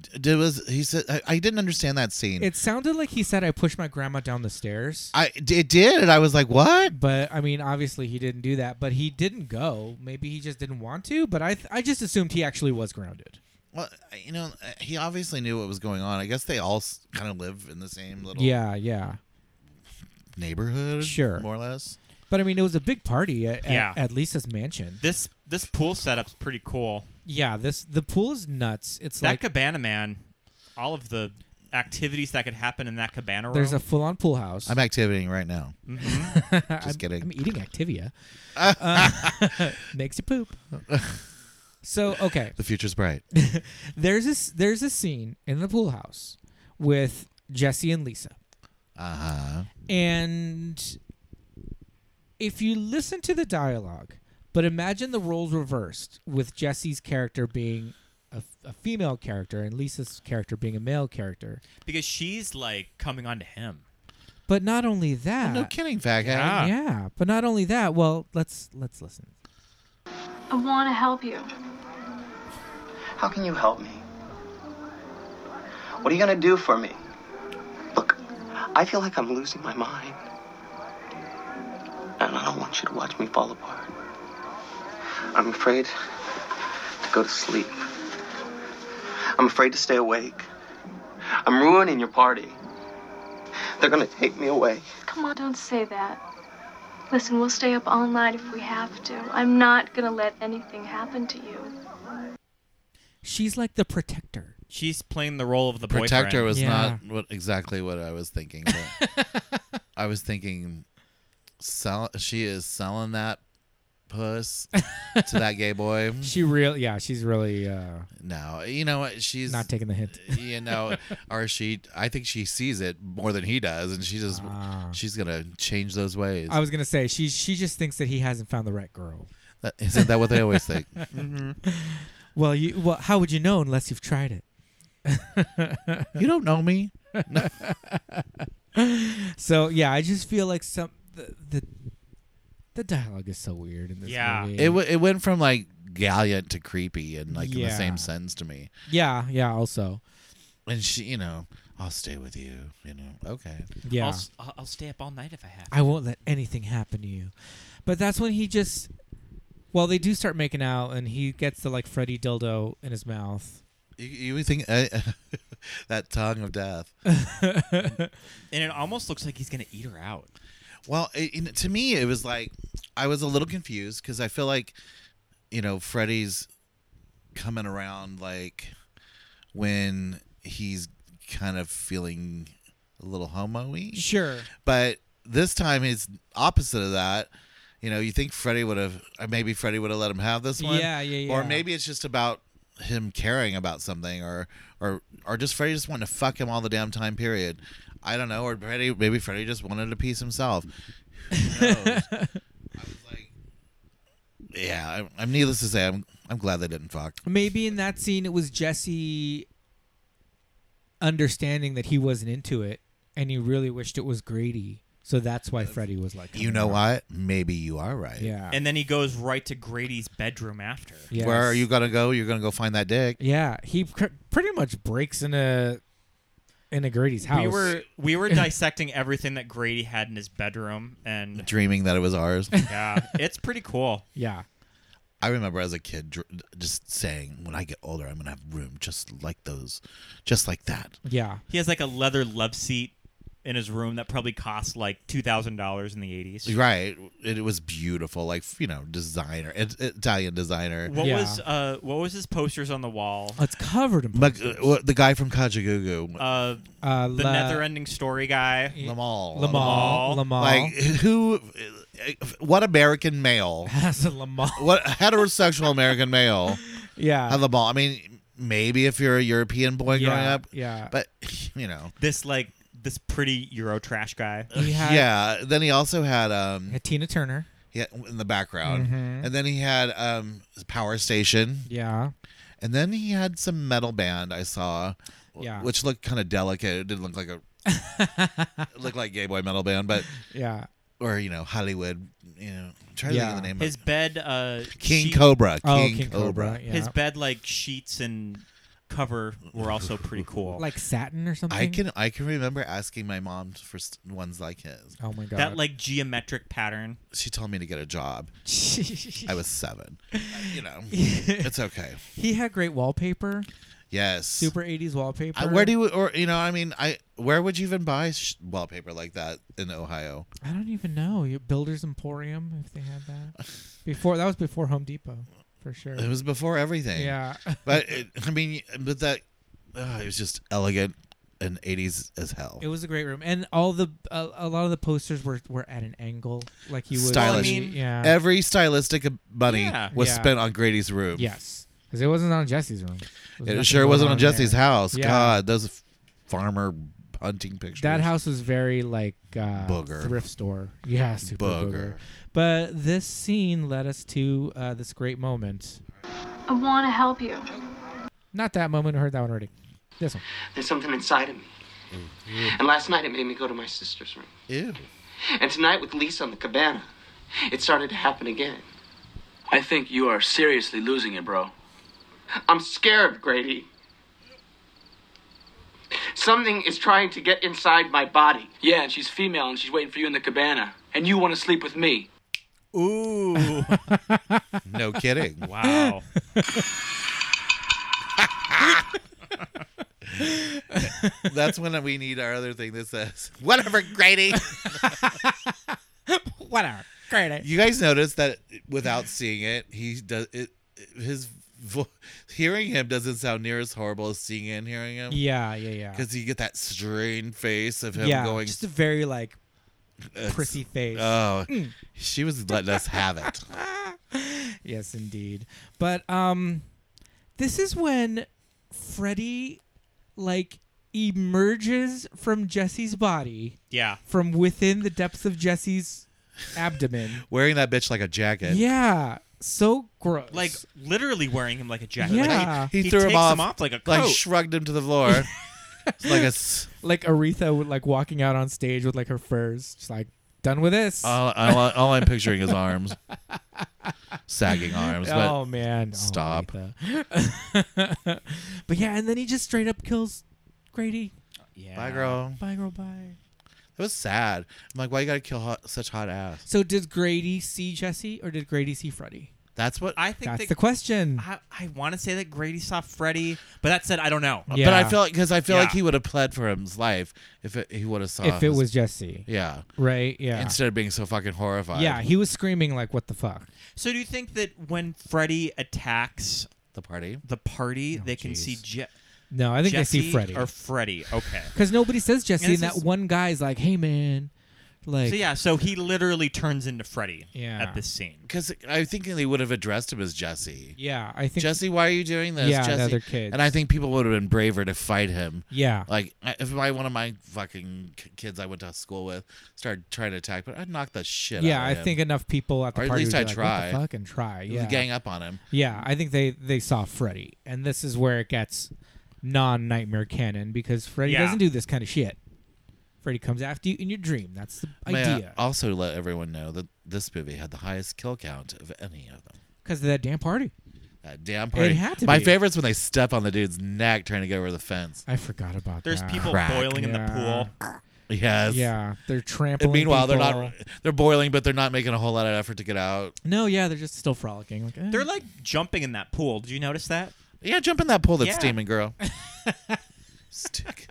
S7: D- Did was he said? I, I didn't understand that scene.
S5: It sounded like he said, "I pushed my grandma down the stairs."
S7: I d- it did, and I was like, "What?"
S5: But I mean, obviously he didn't do that. But he didn't go. Maybe he just didn't want to. But I, th- I just assumed he actually was grounded.
S7: Well, you know, uh, he obviously knew what was going on. I guess they all s- kind of live in the same little
S5: Yeah, yeah.
S7: neighborhood,
S5: Sure.
S7: more or less.
S5: But I mean, it was a big party at, at-
S6: Yeah.
S5: at Lisa's mansion.
S6: This this pool setup's pretty cool.
S5: Yeah, this the pool is nuts. It's
S6: That
S5: like
S6: cabana man, all of the activities that could happen in that cabana room.
S5: there's a full on pool house.
S7: I'm activitying right now.
S5: I'm-
S7: kidding.
S5: I'm eating Activia. Uh, makes you poop. So okay,
S7: The future's bright.
S5: there's this there's a scene in the pool house with Jesse and Lisa,
S7: Uh huh.
S5: and if you listen to the dialogue, but imagine the roles reversed with Jesse's character being a, a female character and Lisa's character being a male character.
S6: because she's like coming on to him.
S5: But not only that,
S7: No kidding, Ah. fag
S6: Uh, Yeah.
S7: hat.
S5: yeah. But not only that. Well, let's let's listen.
S4: I want to help you.
S8: How can you help me? What are you gonna do for me? Look, I feel like I'm losing my mind. And I don't want you to watch me fall apart. I'm afraid to go to sleep. I'm afraid to stay awake. I'm ruining your party. They're gonna take me away.
S4: Come on, don't say that. Listen, we'll stay up all night if we have to. I'm not gonna let anything happen to you.
S5: She's like the protector.
S6: She's playing the role of the
S7: Protector
S6: boyfriend.
S7: was
S5: Yeah.
S7: not what exactly what I was thinking. But I was thinking, sell. She is selling that puss to that gay boy.
S5: She real yeah. She's really uh,
S7: No, you know what? She's
S5: not taking the hint.
S7: you know, or she. I think she sees it more than he does, and she just
S5: Ah.
S7: she's gonna change those ways.
S5: I was gonna say she she just thinks that he hasn't found the right girl.
S7: That- Isn't that what they always think?
S5: Well, you well how would you know unless you've tried it?
S7: you don't know me.
S5: So yeah, I just feel like some the the, the dialogue is so weird in this
S6: Yeah.
S5: movie.
S7: It w- it went from like gallant to creepy, and like in
S5: Yeah.
S7: the same sense to me.
S5: yeah yeah also
S7: And she, you know, I'll stay with you. You know, okay.
S5: yeah.
S6: I'll, s- I'll- I'll stay up all night if I have.
S5: I won't let anything happen to you. But that's when he just well, they do start making out and he gets the like Freddy dildo in his mouth.
S7: You, you would think uh, that tongue of death?
S6: and it almost looks like he's gonna eat her out.
S7: Well, it, you know, to me, it was like I was a little confused because I feel like, you know, Freddy's coming around like when he's kind of feeling a little homo-y.
S5: Sure.
S7: But this time it's opposite of that. You know, you think Freddie would have, or maybe Freddie would have let him have this one.
S5: Yeah, yeah,
S7: Or
S5: yeah.
S7: maybe it's just about him caring about something, or or or just Freddie just wanted to fuck him all the damn time. Period. I don't know. Or Freddie, maybe Freddie just wanted a piece himself. Who knows? I was like, yeah. I'm, I'm needless to say, I'm I'm glad they didn't fuck.
S5: Maybe in that scene it was Jesse understanding that he wasn't into it and he really wished it was Grady. So that's why Freddy was like,
S7: You know what? Maybe you are right.
S5: Yeah.
S6: And then he goes right to Grady's bedroom after.
S5: Yes.
S7: Where are you gonna go? You're gonna go find that dick.
S5: Yeah, he cr- pretty much breaks into into Grady's house.
S6: We were we were dissecting everything that Grady had in his bedroom, and
S7: Dreaming that it was ours.
S6: yeah, it's pretty cool.
S5: yeah.
S7: I remember as a kid dr- just saying, "When I get older, I'm gonna have a room just like those, just like that."
S5: Yeah.
S6: He has like a leather love seat in his room that probably cost like two thousand dollars in the eighties.
S7: Right? It, it was beautiful, like you know, designer, it, Italian designer.
S6: What
S5: Yeah. Uh,
S6: was uh what was his posters on the wall?
S5: It's covered in
S7: Mc- uh, what- the guy from Kajagoogoo,
S6: Uh,
S5: uh,
S6: the
S5: La-
S6: never-ending story guy.
S7: Lamal.
S5: Lamal.
S6: Lamal.
S5: Lamal.
S7: Like who? uh, What American male?
S5: has a Lamal.
S7: What heterosexual American male?
S5: Yeah.
S7: Had Lamal. I mean, maybe if you're a European boy
S5: yeah.
S7: growing up,
S5: Yeah.
S7: but you know,
S6: This like this pretty Euro trash guy.
S5: he had,
S7: uh, yeah. Then he also had um,
S5: had Tina Turner.
S7: yeah, in the background.
S5: Mm-hmm.
S7: And then he had um Power Station.
S5: Yeah.
S7: And then he had some metal band I saw. w-
S5: Yeah.
S7: Which looked kind of delicate. It didn't look like a it looked like gay boy metal band, but
S5: Yeah.
S7: or you know, Hollywood, you know, try to think
S5: Yeah.
S7: of the name
S6: His
S7: of
S6: bed. Uh,
S7: King
S6: sheet-
S7: Cobra.
S5: Oh,
S7: King, Cobra.
S5: Yeah.
S6: His bed like sheets and cover were also pretty cool.
S5: like satin or something.
S7: I can I can remember asking my mom for st- ones like his.
S5: Oh my god.
S6: that like geometric pattern.
S7: She told me to get a job. I was 7. you know. it's okay.
S5: he had great wallpaper,
S7: Yes.
S5: super 80s wallpaper.
S7: I, where do you or you know I mean I where would you even buy sh- wallpaper like that in Ohio?
S5: I don't even know. Your Builders Emporium if they had that. Before that was before Home Depot for sure.
S7: It was before everything.
S5: Yeah.
S7: but it, I mean, but that uh, it was just elegant and eighties as hell.
S5: It was a great room, and all the a, a lot of the posters were, were at an angle, like you would.
S7: Stylish.
S5: see- yeah.
S7: Every stylistic money
S6: Yeah.
S7: was
S5: Yeah.
S7: spent on Grady's room.
S5: yes, because it wasn't on Jesse's room. There was
S7: it
S5: nothing
S7: sure
S5: going
S7: wasn't on
S5: there.
S7: Jesse's house.
S5: Yeah.
S7: God, those f- farmer hunting pictures.
S5: That house was very like uh,
S7: Booger.
S5: thrift store. Yeah, super booger.
S7: Booger.
S5: But this scene led us to uh, this great moment.
S4: I want to help you.
S5: Not that moment. I heard that one already. This one.
S9: There's something inside of me. And last night it made me go to my sister's room.
S7: Ew.
S9: And tonight with Lisa on the cabana, it started to happen again.
S10: I think you are seriously losing it, bro.
S9: I'm scared, Grady. Something is trying to get inside my body.
S10: Yeah, and she's female and she's waiting for you in the cabana. And you want to sleep with me.
S6: Ooh,
S7: No kidding.
S6: wow.
S7: That's when we need our other thing that says whatever, Grady.
S5: Whatever. Great. idea.
S7: You guys notice that without seeing it, he does it. His vo- hearing him doesn't sound near as horrible as seeing and hearing him.
S5: Yeah, yeah, yeah.
S7: Because you get that strained face of him
S5: yeah,
S7: going,
S5: just a very like
S7: "It's-
S5: prissy face.
S7: Oh, she was letting us have it.
S5: Yes, indeed. But um, this is when Freddy like emerges from Jesse's body
S6: Yeah.
S5: from within the depths of Jesse's abdomen.
S7: Wearing that bitch like a jacket.
S5: yeah, so gross.
S6: Like literally wearing him like a jacket.
S5: Yeah.
S6: Like,
S5: Yeah.
S7: He,
S6: He
S7: threw him
S6: takes
S7: off,
S6: him off like a
S7: like
S6: coat.
S7: shrugged him to the floor. It's like a. s-
S5: like Aretha would like walking out on stage with like her furs, just like done with this.
S7: All, all, all I'm picturing is arms, sagging arms. But
S5: oh man, Oh,
S7: stop.
S5: Aretha. but yeah, and then he just straight up kills Grady.
S6: yeah.
S7: bye, girl.
S5: Bye, girl. Bye.
S7: It was sad. I'm like, why you gotta kill hot, such hot ass?
S5: So did Grady see Jesse or did Grady see Freddy?
S7: That's what.
S6: I think
S5: That's
S6: that,
S5: the question.
S6: I, I want to say that Grady saw Freddy, but that said, I don't know.
S5: Yeah.
S7: But I feel like because I feel like
S6: Yeah.
S7: he would have pled for his life if it, he would have saw.
S5: if it
S7: his-
S5: was Jesse,
S7: Uh, yeah.
S5: right? Yeah.
S7: Instead of being so uh, fucking horrified.
S5: yeah, he was screaming like, "What the fuck?"
S6: So do you think that when Freddy attacks
S7: The party.
S6: the party, they can see Je-
S5: No, Oh, I think they see
S6: Jesse
S5: Freddy.
S6: or Freddy. Okay.
S5: Because nobody says Jesse,
S6: And
S5: and,
S6: this
S5: that
S6: is-
S5: one guy's like, "Hey, man," like,
S6: So yeah, so he literally turns into Freddy
S5: Yeah.
S6: at this scene.
S7: Because I think they would have addressed him as Jesse.
S5: yeah, I think,
S7: Jesse, why are you doing this?
S5: Yeah, the
S7: Jesse.
S5: other kids.
S7: And I think people would have been braver to fight him.
S5: yeah,
S7: Like I- if my one of my fucking k- kids I went to school with started trying to attack, but I'd knock the shit.
S5: yeah,
S7: out
S5: I
S7: of him.
S5: think enough people at the
S7: Or at
S5: party
S7: least
S5: would be
S7: I
S5: like,
S7: try.
S5: What the fuck and try,
S7: We'd
S5: yeah,
S7: gang up on him.
S5: yeah. I think they they saw Freddy, and this is where it gets non nightmare canon because Freddy
S6: Yeah.
S5: doesn't do this kind of shit. Freddy comes after you in your dream. That's the
S7: May I
S5: idea.
S7: also let everyone know that this movie had the highest kill count of any of them.
S5: Because of that damn party,
S7: That damn party.
S5: had to
S7: my
S5: be.
S7: favorite's when they step on the dude's neck trying to get over the fence.
S5: I forgot about
S6: There's
S5: that.
S6: people
S7: Crack.
S6: boiling in the
S5: Yeah.
S6: pool.
S7: Yes.
S5: Yeah, they're trampling.
S7: And meanwhile, they're
S5: people.
S7: not they're boiling, but they're not making a whole lot of effort to get out.
S5: No, yeah, they're just still frolicking. Like, eh.
S6: They're like jumping in that pool. Did you notice that?
S7: Yeah, jump in that pool that's
S6: Yeah.
S7: steaming, girl. Stick.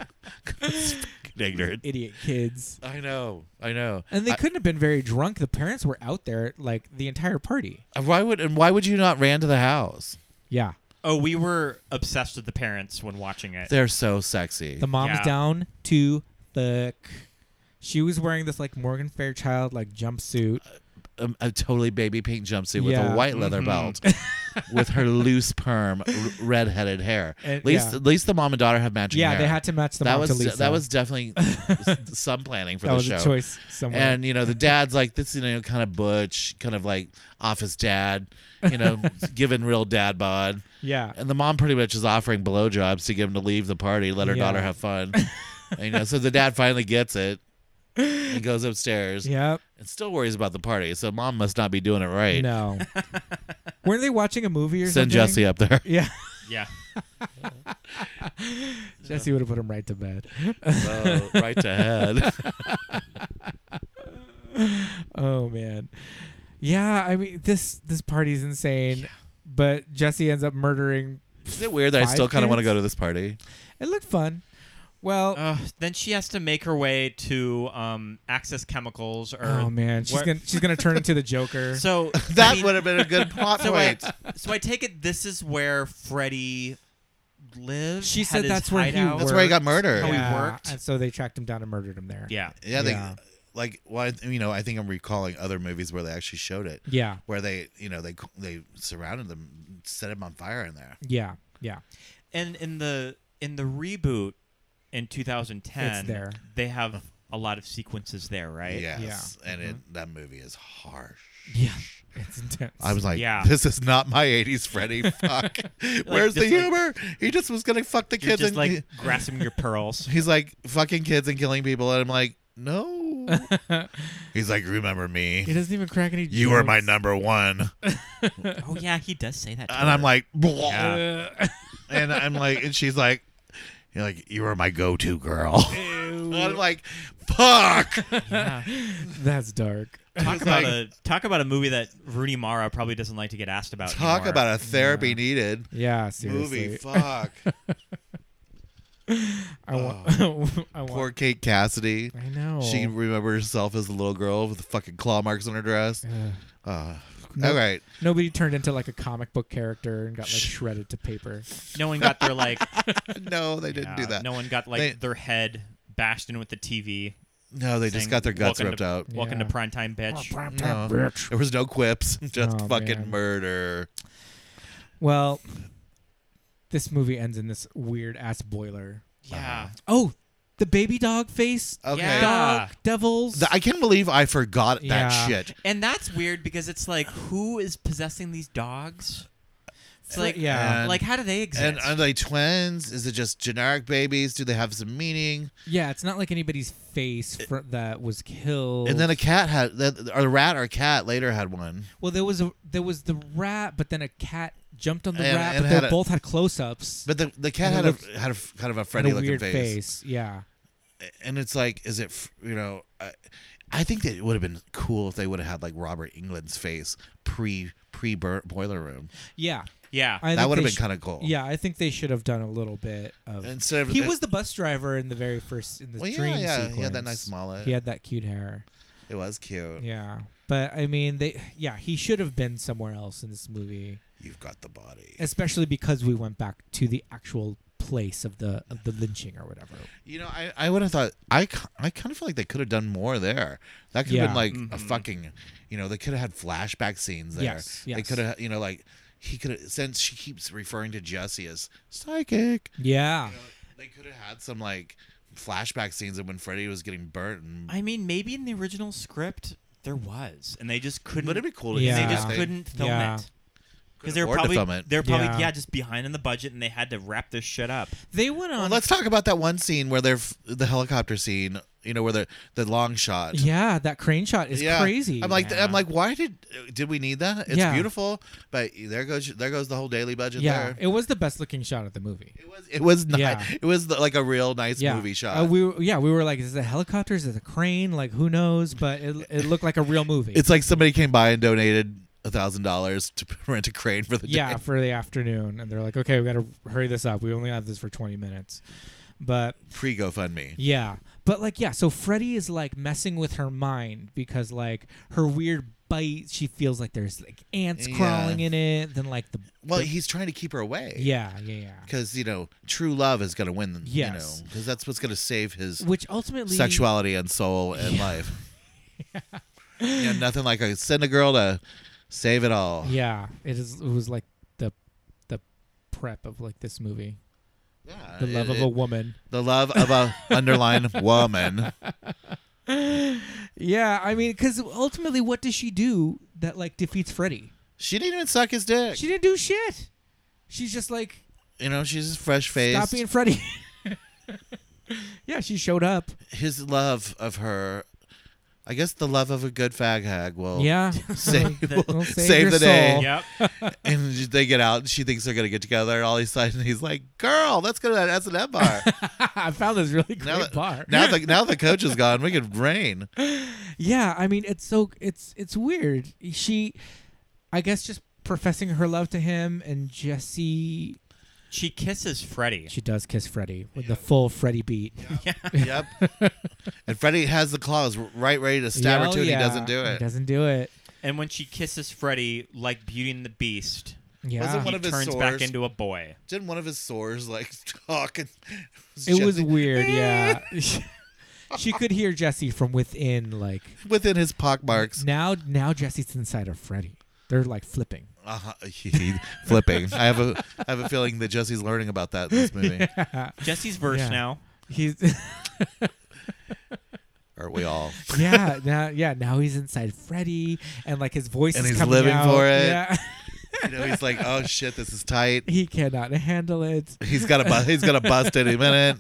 S7: Ignorant.
S5: idiot kids.
S7: I know. I know.
S5: And they
S7: I-
S5: couldn't have been very drunk. The parents were out there like the entire party.
S7: why would and why would you not ran to the house?
S5: Yeah.
S6: Oh, we were obsessed with the parents when watching it.
S7: They're so sexy.
S5: The mom's
S6: Yeah.
S5: down to fuck. She was wearing this like Morgan Fairchild like jumpsuit.
S7: Um, a totally baby pink jumpsuit with
S5: Yeah. Mm-hmm.
S7: a white leather belt, with her loose perm, r- redheaded hair.
S5: And-
S7: at least,
S5: yeah.
S7: at least the mom and daughter have matching
S5: yeah,
S7: hair.
S5: they had to match the
S7: that
S5: mom
S7: was
S5: to Lisa.
S7: that was definitely some planning for
S5: that
S7: the
S5: was
S7: show.
S5: a choice somewhere.
S7: And you know the dad's like this, you know, kind of butch, kind of like office dad, you know, giving real dad bod.
S5: yeah.
S7: And the mom pretty much is offering blowjobs to give him to leave the party, let her
S5: Yeah.
S7: daughter have fun. and, you know, so the dad finally gets it. and goes upstairs
S5: Yep.
S7: and still worries about the party. So mom must not be doing it right.
S5: No. Weren't they watching a movie or something?
S7: Send Jesse up there.
S5: Yeah.
S6: yeah.
S5: Jesse would have put him right to bed.
S7: Oh, right to head.
S5: Oh man. Yeah, I mean this this party's insane. But Jesse ends up murdering
S7: Is it weird that I
S5: Five
S7: still kind of want to
S5: kids?
S7: go to this party?
S5: It looked fun. Well,
S6: Uh, then she has to make her way to um, access chemicals or.
S7: er,
S5: Oh man, she's
S6: where-
S5: gonna she's gonna turn into the Joker.
S6: So
S7: That
S6: I mean,
S7: would have been a good plot
S6: So I,
S7: point.
S6: so I take it this is where Freddy lived.
S5: She
S6: had
S5: said
S6: his
S5: that's where he
S6: hideout.
S7: That's where er, he
S5: worked.
S7: got murdered.
S6: How he
S5: Yeah,
S6: worked.
S5: and so they tracked him down and murdered him there.
S6: Yeah.
S7: Yeah, they
S5: Yeah.
S7: like well, I- you know, I think I'm recalling other movies where they actually showed it.
S5: Yeah.
S7: Where they, you know, they they surrounded them, set him on fire in there.
S5: yeah, yeah.
S6: And in the in the reboot in 2010,
S5: It's there.
S6: they have a lot of sequences there, right?
S7: Yes. And it, that movie is harsh.
S5: Yeah, it's intense.
S7: I was like,
S6: Yeah.
S7: this is not my 80s Freddy. Fuck. Where's the
S6: just like-
S7: humor? he just was going to fuck the
S6: You're
S7: kids
S6: just
S7: and
S6: like
S7: he-
S6: grasping your pearls.
S7: he's like fucking kids and killing people and I'm like, "No." he's like, "Remember
S5: he
S7: me.
S5: doesn't even crack any.
S7: You were my
S5: jokes.
S7: number 1."
S6: Oh yeah, he does say that. to
S7: And
S6: her.
S7: I'm like, "Blah."
S5: Uh,
S7: and I'm like, and she's like, you're like, you were my go-to girl. And I'm like, fuck.
S5: that's dark.
S6: talk
S7: It's
S6: about
S7: like-
S6: a talk about a movie that Rooney Mara probably doesn't like to get asked about.
S7: Talk
S6: anymore.
S7: about a therapy needed
S5: Yeah, seriously.
S7: movie. Fuck.
S5: I want. I want.
S7: Poor Kate Cassidy.
S5: I know.
S7: She remembers herself as a little girl with fucking claw marks on her dress.
S5: Ugh.
S7: Uh,
S5: No-
S7: All right.
S5: Nobody turned into like a comic book character and got like shredded to paper.
S6: No one got their like.
S7: No, they didn't
S6: yeah,
S7: do that.
S6: No one got like
S7: They-
S6: their head bashed in with the TV.
S7: No, they
S6: saying,
S7: just got their guts
S6: "Welcome
S7: ripped
S6: to-
S7: out.
S6: Welcome
S5: Yeah.
S6: to primetime, bitch.
S7: No. There was no quips, just
S5: Oh,
S7: fucking
S5: man.
S7: murder.
S5: Well, this movie ends in this weird ass boiler.
S6: Yeah.
S5: Oh, the baby dog face
S7: Okay.
S6: Yeah.
S5: dog devils.
S7: Th- I can't believe I forgot that
S5: Yeah.
S7: shit.
S6: And that's weird because it's like, who is possessing these dogs? It's like,
S5: yeah.
S7: And-
S6: like how do they exist?
S7: And are they twins? Is it just generic babies? Do they have some meaning?
S5: yeah, it's not like anybody's face fr- that was killed.
S7: And then a cat had, that- or a rat or a cat later had one.
S5: well, there was a there was the rat, but then a cat jumped on the
S7: And-
S5: rat,
S7: and
S5: but they
S7: had a-
S5: both had close-ups.
S7: But the, the cat
S5: And
S7: had
S5: it
S7: a
S5: looked-
S7: had a f- kind of a
S5: and
S7: Freddy
S5: a
S7: looking
S5: weird
S7: face.
S5: Yeah,
S7: and it's like, is it f- you know? I, I think that it would have been cool if they would have had like Robert England's face pre pre boiler room.
S5: yeah.
S6: yeah.
S5: I
S7: That
S5: think
S7: would've
S5: they
S7: been kinda cool.
S5: Yeah, I think they should have done a little bit of.
S7: Instead of
S5: he was the bus driver in the very first in the
S7: Well, yeah,
S5: dream
S7: yeah, he had
S5: sequence.
S7: that nice mullet.
S5: He had that cute hair.
S7: It was cute.
S5: Yeah, but I mean, they yeah, he should have been somewhere else in this movie,
S7: You've got the body.
S5: especially because we went back to the actual place of the of the lynching or whatever.
S7: You know, I, I would have thought I, ki- I kind of feel like they could have done more there. That could have
S5: Yeah.
S7: been like a fucking, you know, they could have had flashback scenes there.
S5: Yes,
S7: They
S5: yes.
S7: could have, you know, like he could have since she keeps referring to Jesse as psychic.
S5: Yeah.
S7: They could have had some like flashback scenes of when Freddy was getting burnt. And,
S6: I mean, maybe in the original script there was, and they just couldn't.
S7: but it'd be cool. To
S5: Yeah.
S6: They
S7: see
S6: just
S7: if
S6: couldn't film
S5: Yeah.
S6: it because they're
S7: afford to
S6: probably
S7: film it.
S6: they're probably
S5: Yeah.
S6: yeah. just behind in the budget, and they had to wrap this shit up.
S5: They went on
S7: Well, let's talk about that one scene where they're f- the helicopter scene. You know, where the the long shot.
S5: Yeah, that crane shot is
S7: Yeah.
S5: crazy.
S7: I'm like,
S6: Yeah.
S7: I'm like, why did did we need that? It's
S5: Yeah.
S7: beautiful, but there goes there goes the whole daily budget
S5: yeah,
S7: there.
S5: it was the best looking shot of the movie.
S7: It was it was not,
S5: Yeah.
S7: it was the, like a real nice
S5: yeah.
S7: movie shot.
S5: Uh, we were, yeah, we were like, is it a helicopter? Is it a crane? Like, who knows? But it, it looked like a real movie.
S7: it's like somebody came by and donated a thousand dollars to rent a crane for the
S5: yeah
S7: day.
S5: for the afternoon, and they're like, okay, we got to hurry this up. We only have this for 20 minutes. But
S7: pre GoFundMe.
S5: Yeah. But like yeah, so Freddy is like messing with her mind because like her weird bite, she feels like there's like ants
S7: Yeah.
S5: crawling in it, then like the
S7: Well,
S5: the-
S7: he's trying to keep her away.
S5: Yeah, yeah, yeah.
S7: because you know true love is gonna win. You
S5: Yes.
S7: know, because that's what's gonna save his
S5: Which ultimately
S7: sexuality and soul and life. yeah, nothing like a send a girl to save it all.
S5: Yeah, it is it was like the the prep of like this movie.
S7: Yeah,
S5: The love
S7: Uh, it-
S5: of a
S7: it-
S5: woman.
S7: the love of a underline woman.
S5: Yeah, I mean cuz ultimately what does she do that like defeats Freddy?
S7: She didn't even suck his dick.
S5: She didn't do shit. She's just like
S7: you know, she's fresh faced.
S5: stop being Freddy. yeah, she showed up.
S7: his love of her. I guess the love of a good fag hag will
S5: Yeah.
S7: save, will
S5: Will
S7: save,
S5: save your
S7: the day.
S5: soul.
S6: Yep.
S7: And they get out, and she thinks they're gonna get together. And all of a sudden, he's like, "Girl, let's go to that S and M bar."
S5: I found this really great
S7: now, that,
S5: bar.
S7: now the now the coach is gone, we could rain.
S5: Yeah, I mean it's so it's it's weird. She I guess just professing her love to him and Jesse
S6: She kisses Freddy.
S5: she does kiss Freddy with the full Freddy beat.
S7: Yep. and Freddy has the claws right ready to stab her
S5: Hell
S7: too, and
S5: yeah.
S7: he doesn't do
S5: He
S7: it.
S5: doesn't do it.
S6: And when she kisses Freddy, like Beauty and the Beast,
S5: Yeah.
S7: One
S6: he
S7: of his
S6: turns
S7: sores.
S6: back into a boy.
S7: Didn't one of his sores like talk? And
S5: It was weird, yeah. Eh. she could hear Jesse from within like
S7: within his pockmarks.
S5: now now Jesse's inside of Freddy. They're like flipping.
S7: Uh-huh. He- flipping. I have a I have a feeling that Jesse's learning about that in this movie.
S6: Jesse's verse
S5: Yeah.
S6: now.
S5: He's
S7: Aren't we all?
S5: yeah, now yeah, now he's inside Freddy and like his voice
S7: And
S5: is
S7: he's
S5: coming
S7: living
S5: out.
S7: for it.
S5: Yeah.
S7: You know, he's like, oh shit, this is tight.
S5: he cannot handle it.
S7: He's got to bu- he's gonna bust any minute.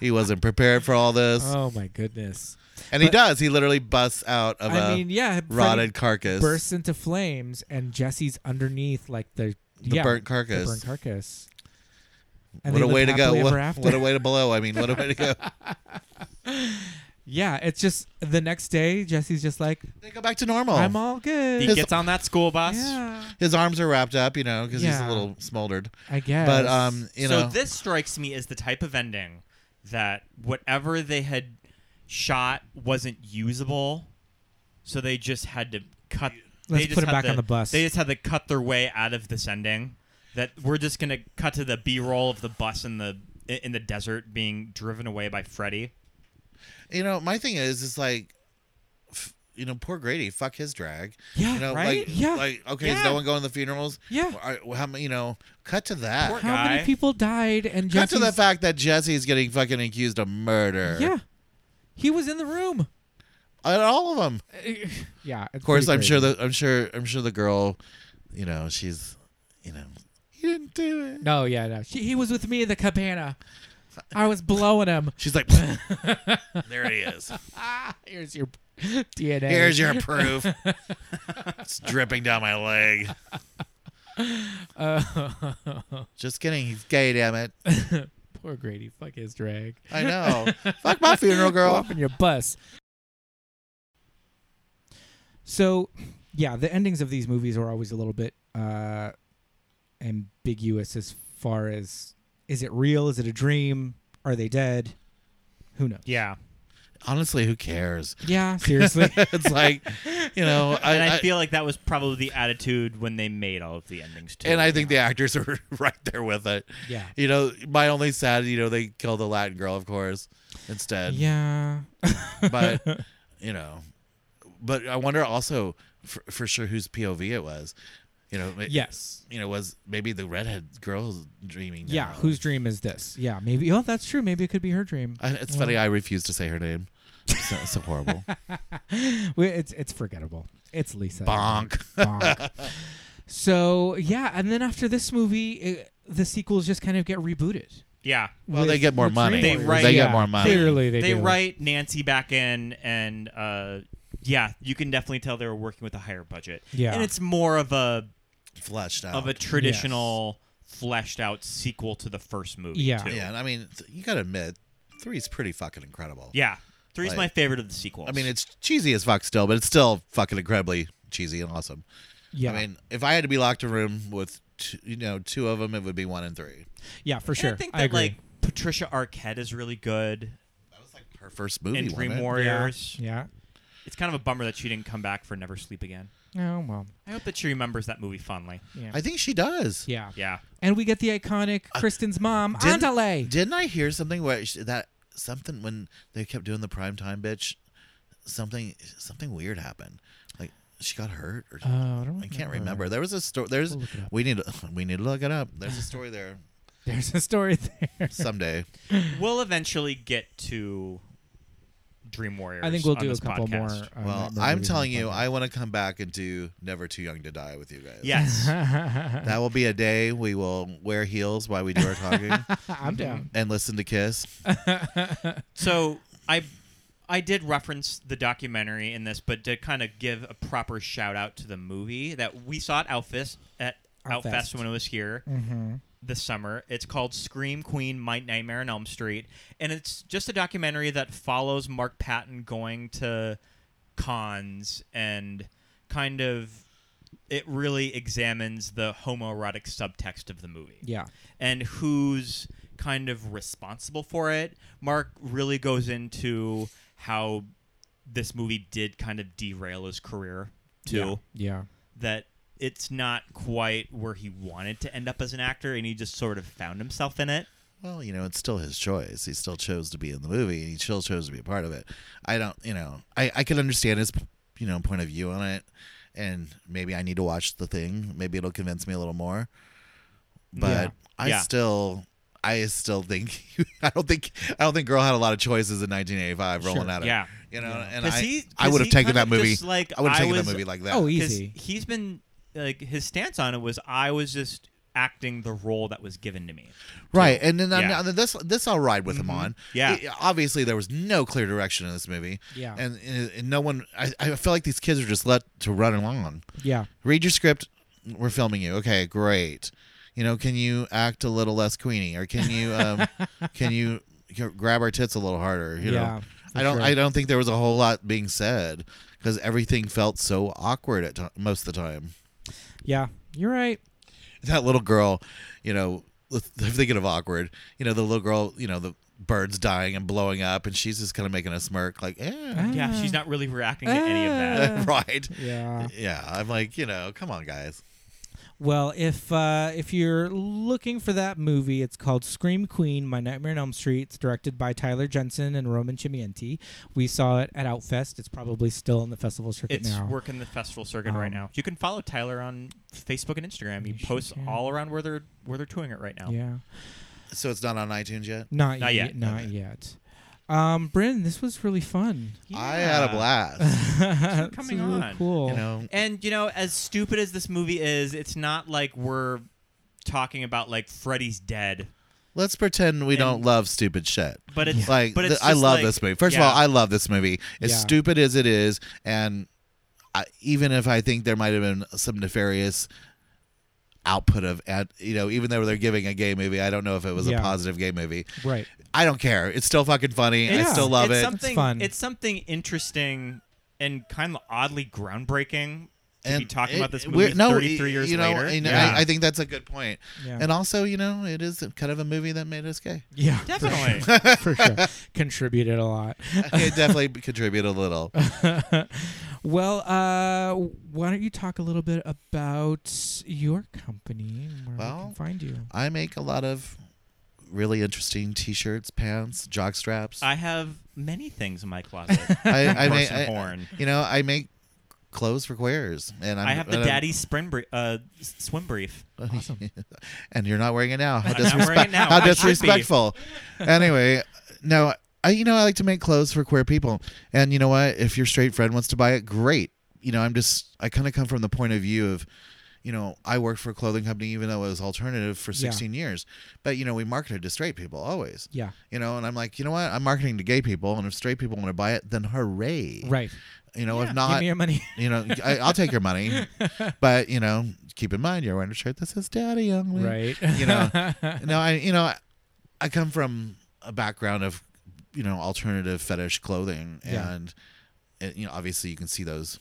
S7: He wasn't prepared for all this,
S5: Oh my goodness.
S7: and he does. He literally busts out of a
S5: I mean, yeah,
S7: rotted
S5: Freddy
S7: carcass.
S5: bursts into flames, and Jesse's underneath, like the
S7: The
S5: yeah,
S7: burnt
S5: the
S7: carcass.
S5: burnt carcass. And
S7: What
S5: they
S7: a
S5: live
S7: way to go!
S5: happily
S7: What,
S5: ever after.
S7: what a way to blow! I mean, what a way to go!
S5: yeah, it's just the next day, Jesse's just like,
S7: They go back to normal.
S5: I'm all good.
S6: He
S7: His-
S6: gets on that school bus.
S5: yeah,
S7: His arms are wrapped up, you know, because he's
S5: Yeah.
S7: a little smoldered.
S5: I guess.
S7: But um, you
S6: so
S7: know,
S6: this strikes me as the type of ending that whatever they had shot wasn't usable, so they just had to cut.
S5: Let's
S6: they just
S5: put it
S6: had
S5: back
S6: to-
S5: on the bus.
S6: They just had to cut their way out of this ending. That we're just gonna cut to the B-roll of the bus in the in the desert being driven away by Freddy.
S7: you know, my thing is, is like, f- you know, poor Grady, fuck his drag.
S5: Yeah,
S7: you know,
S5: right?
S7: Like,
S5: Yeah.
S7: like, okay,
S6: Yeah.
S7: is no one going to the funerals?
S5: Yeah.
S7: Are- well, how, many- you know, cut to that.
S6: Poor
S5: how many
S6: guy.
S5: people died? And
S7: cut
S5: Jesse's,
S7: to the fact that Jesse's getting fucking accused of murder.
S5: yeah, he was in the room.
S7: and all of them.
S5: Yeah,
S7: Of course, I'm sure that I'm sure I'm sure the girl, you know, she's, you know, he didn't do it.
S5: No, yeah, no. She, he was with me in the cabana. I was blowing him. Ah,
S7: She's like, there it is.
S5: Here's your DNA.
S7: Here's your proof. it's dripping down my leg.
S5: Uh,
S7: Just kidding. He's gay, damn it.
S5: Poor Grady, fuck his drag.
S7: I know. Fuck my funeral
S5: Go
S7: girl.
S5: off in your bus. So, yeah, the endings of these movies are always a little bit uh, ambiguous as far as is it real? Is it a dream? Are they dead? Who knows?
S6: Yeah.
S7: honestly, who cares?
S5: Yeah, seriously.
S7: it's like, you know, I,
S6: and I, feel like that was probably the attitude when they made all of the endings too.
S7: and I think the actors are right there with it.
S5: Yeah.
S7: You know, my only sad, you know, they killed the Latin girl, of course, instead.
S5: yeah.
S7: But, you know, but I wonder also for, for sure whose POV it was. You know, it-
S5: yes.
S7: You know, was maybe the redhead girl dreaming?
S5: Yeah.
S7: now.
S5: Whose dream is this? Yeah. Maybe. Oh, that's true. Maybe it could be her dream.
S7: I, it's funny. I refuse to say her name. So, so horrible.
S5: We- It's it's forgettable. It's Lisa.
S7: Bonk.
S5: Bonk. so yeah, and then after this movie, uh the sequels just kind of get rebooted.
S6: yeah.
S7: Well,
S5: With-
S7: they get more
S5: with
S7: money.
S5: Dream
S6: They
S5: Warriors.
S6: write- They
S7: get
S5: Yeah,
S7: more money.
S5: Clearly, they,
S6: They
S5: do.
S6: write Nancy back in, and uh, yeah, you can definitely tell they were working with a higher budget.
S5: Yeah.
S6: and it's more of a
S7: Fleshed out.
S6: of a traditional fleshed out sequel to the first movie.
S5: Yeah.
S6: too.
S7: yeah, and I mean, th- you gotta admit, three's pretty fucking incredible.
S6: yeah. Three's
S7: Like-
S6: my favorite of the sequels.
S7: I mean, it's cheesy as fuck still, but it's still fucking incredibly cheesy and awesome.
S5: Yeah,
S7: I mean, if I had to be locked in a room with, two, you know, two of them, it would be one and three.
S5: yeah, for
S6: And
S5: sure.
S6: I think that
S5: I agree.
S6: like Patricia Arquette is really good
S7: That was like her first movie.
S6: in
S7: wasn't
S6: Dream
S7: it?
S6: Warriors.
S5: yeah.
S6: It's kind of a bummer that she didn't come back for Never Sleep Again.
S5: Oh well.
S6: I hope that she remembers that movie fondly.
S5: Yeah.
S7: I think she does.
S5: yeah.
S6: Yeah.
S5: And we get the iconic
S7: Uh,
S5: Kristen's mom,
S7: Didn't-
S5: Andale.
S7: Didn't I hear something where she, that something when they kept doing the prime time bitch, something something weird happened. Like she got hurt or
S5: oh, I, don't
S7: I can't remember. There was a story. There's
S5: We'll look it up.
S7: we need to, we need to look it up. There's a story there
S5: There's a story there.
S7: someday.
S6: We'll eventually get to Dream Warriors.
S5: I think we'll
S6: on
S5: do a
S6: this
S5: couple more.
S6: podcast.
S5: uh,
S7: well,
S5: more
S7: I'm
S5: movies
S7: telling
S5: on
S7: you,
S5: that.
S7: I want to come back and do Never Too Young to Die with you guys.
S6: Yes.
S7: that will be a day we will wear heels while we do our talking
S5: I'm down.
S7: and listen to Kiss.
S6: So I I did reference the documentary in this, but to kind of give a proper shout out to the movie that we saw at Outfest at
S5: Outfest.
S6: Outfest, when it was here this summer. It's called Scream Queen: My Nightmare on Elm Street, and it's just a documentary that follows Mark Patton going to cons and kind of it really examines the homoerotic subtext of the movie
S5: Yeah.
S6: and who's kind of responsible for it. Mark really goes into how this movie did kind of derail his career too.
S5: Yeah.
S6: That it's not quite where he wanted to end up as an actor, and he just sort of found himself in it.
S7: Well, you know, it's still his choice. He still chose to be in the movie, and he still chose to be a part of it. I don't, you know, I I can understand his, you know, point of view on it, and maybe I need to watch the thing. Maybe it'll convince me a little more. But
S5: Yeah.
S7: I
S6: Yeah.
S7: still, I still think I don't think I don't think Girl had a lot of choices in 1985 rolling
S5: Sure.
S7: out.
S6: Yeah.
S7: you know, and
S6: 'Cause
S7: I
S6: he-
S7: I
S6: 'cause
S7: would have
S6: he
S7: taken
S6: kind
S7: that
S6: of
S7: movie.
S6: just, like,
S7: I would have
S6: I
S7: taken
S6: was-
S7: that movie like that.
S5: Oh,
S6: 'Cause
S5: easy.
S6: He's been like his stance on it was I was just acting the role that was given to me.
S7: Right, and then I'm-
S6: Yeah.
S7: then this this I'll ride with
S5: Mm-hmm.
S7: him on.
S6: Yeah.
S7: I- obviously there was no clear direction in this movie.
S5: Yeah.
S7: and, and, and no one. I, I feel like these kids are just let to run along.
S5: Yeah.
S7: Read your script. We're filming you. Okay, great. You know, can you act a little less queenie, or can you um, can you g- grab our tits a little harder? You
S5: Yeah,
S7: know,
S5: for
S7: I don't.
S5: sure.
S7: I don't think there was a whole lot being said because everything felt so awkward at to- most of the time
S5: Yeah. You're right.
S7: that little girl, you know, I'm thinking of awkward. You know, the little girl, you know, the bird's dying and blowing up, and she's just kind of making a smirk, like, eh,
S6: Yeah, she's not really reacting to any of that.
S5: Ah.
S7: right.
S5: Yeah.
S7: Yeah, I'm like, you know, come on, guys.
S5: Well, if uh, if you're looking for that movie, it's called Scream Queen: My Nightmare on Elm Street. It's directed by Tyler Jensen and Roman Chimienti. We saw it at Outfest. It's probably still in the festival circuit
S6: It's
S5: now.
S6: working the festival circuit right
S5: Um,
S6: now. You can follow Tyler on Facebook and Instagram. He
S5: You sure
S6: posts
S5: can.
S6: all around where they're where they're touring it right now.
S5: Yeah,
S7: So it's not on iTunes yet.
S5: not,
S6: Not
S5: yet,
S6: yet.
S5: not yet. Um, Bryn, this was really fun.
S7: I had a
S6: Yeah.
S7: blast.
S5: It's
S6: coming
S5: really
S6: on.
S5: cool.
S7: you know,
S6: And you know, as stupid as this movie is, it's not like we're talking about like Freddy's dead.
S7: let's pretend we don't
S6: And-
S7: love stupid shit.
S6: But it's
S7: Like,
S6: but it's
S7: th- I
S6: just
S7: love
S6: like-
S7: this movie. First
S6: yeah.
S7: of all, I love this movie. As
S5: Yeah.
S7: stupid as it is, and I, even if I think there might have been some nefarious output of, ad, you know, even though they're giving a gay movie, I don't know if it was
S5: Yeah.
S7: a positive gay movie.
S5: Right.
S7: I don't care. It's still fucking funny.
S5: It's-
S7: I still love
S6: it's
S7: it.
S6: Something,
S5: fun.
S6: It's something interesting and kind of oddly groundbreaking to be talking about this
S7: we're-
S6: movie 33 years
S7: you know,
S6: later.
S7: and
S6: Yeah.
S7: I, I think that's a good point.
S11: Yeah.
S7: And also, you know, it is kind of a movie that made us gay.
S11: Yeah,
S6: Definitely.
S11: for sure. Contributed a lot.
S7: It definitely contributed a little.
S11: Well, uh, why don't you talk a little bit about your company? and Where we
S7: Well,
S11: can find you?
S6: uh,
S7: I make a lot of really interesting T-shirts, pants, jock straps.
S6: I have many things in my closet.
S7: I, I
S6: Horse
S7: make,
S6: and
S7: I-
S6: horn.
S7: you know, I make clothes for queers, and I'm,
S6: I have the
S7: and I'm-
S6: daddy spring brie- uh, s- swim brief.
S7: and you're not wearing it now. How,
S6: I'm not wearing it now.
S7: how
S6: I should be.
S7: disrespectful. anyway, no, I you know I like to make clothes for queer people, and you know what? If your straight friend wants to buy it, great. You know, I'm just I kind of come from the point of view of, you know, I worked for a clothing company even though it was alternative for 16 years, but you know we marketed to straight people always.
S11: Yeah.
S7: You know, and I'm like, you know what? I'm marketing to gay people, and if straight people want to buy it, then hooray.
S11: Right.
S7: You know, if
S11: Give
S7: not,
S11: me your money.
S7: you know, I, I'll take your money, but you know, keep in mind you're wearing a shirt that says "Daddy only."
S11: right.
S7: You know, no, I you know, I, I come from a background of you know alternative fetish clothing,
S11: Yeah.
S7: and it, you know, obviously you can see those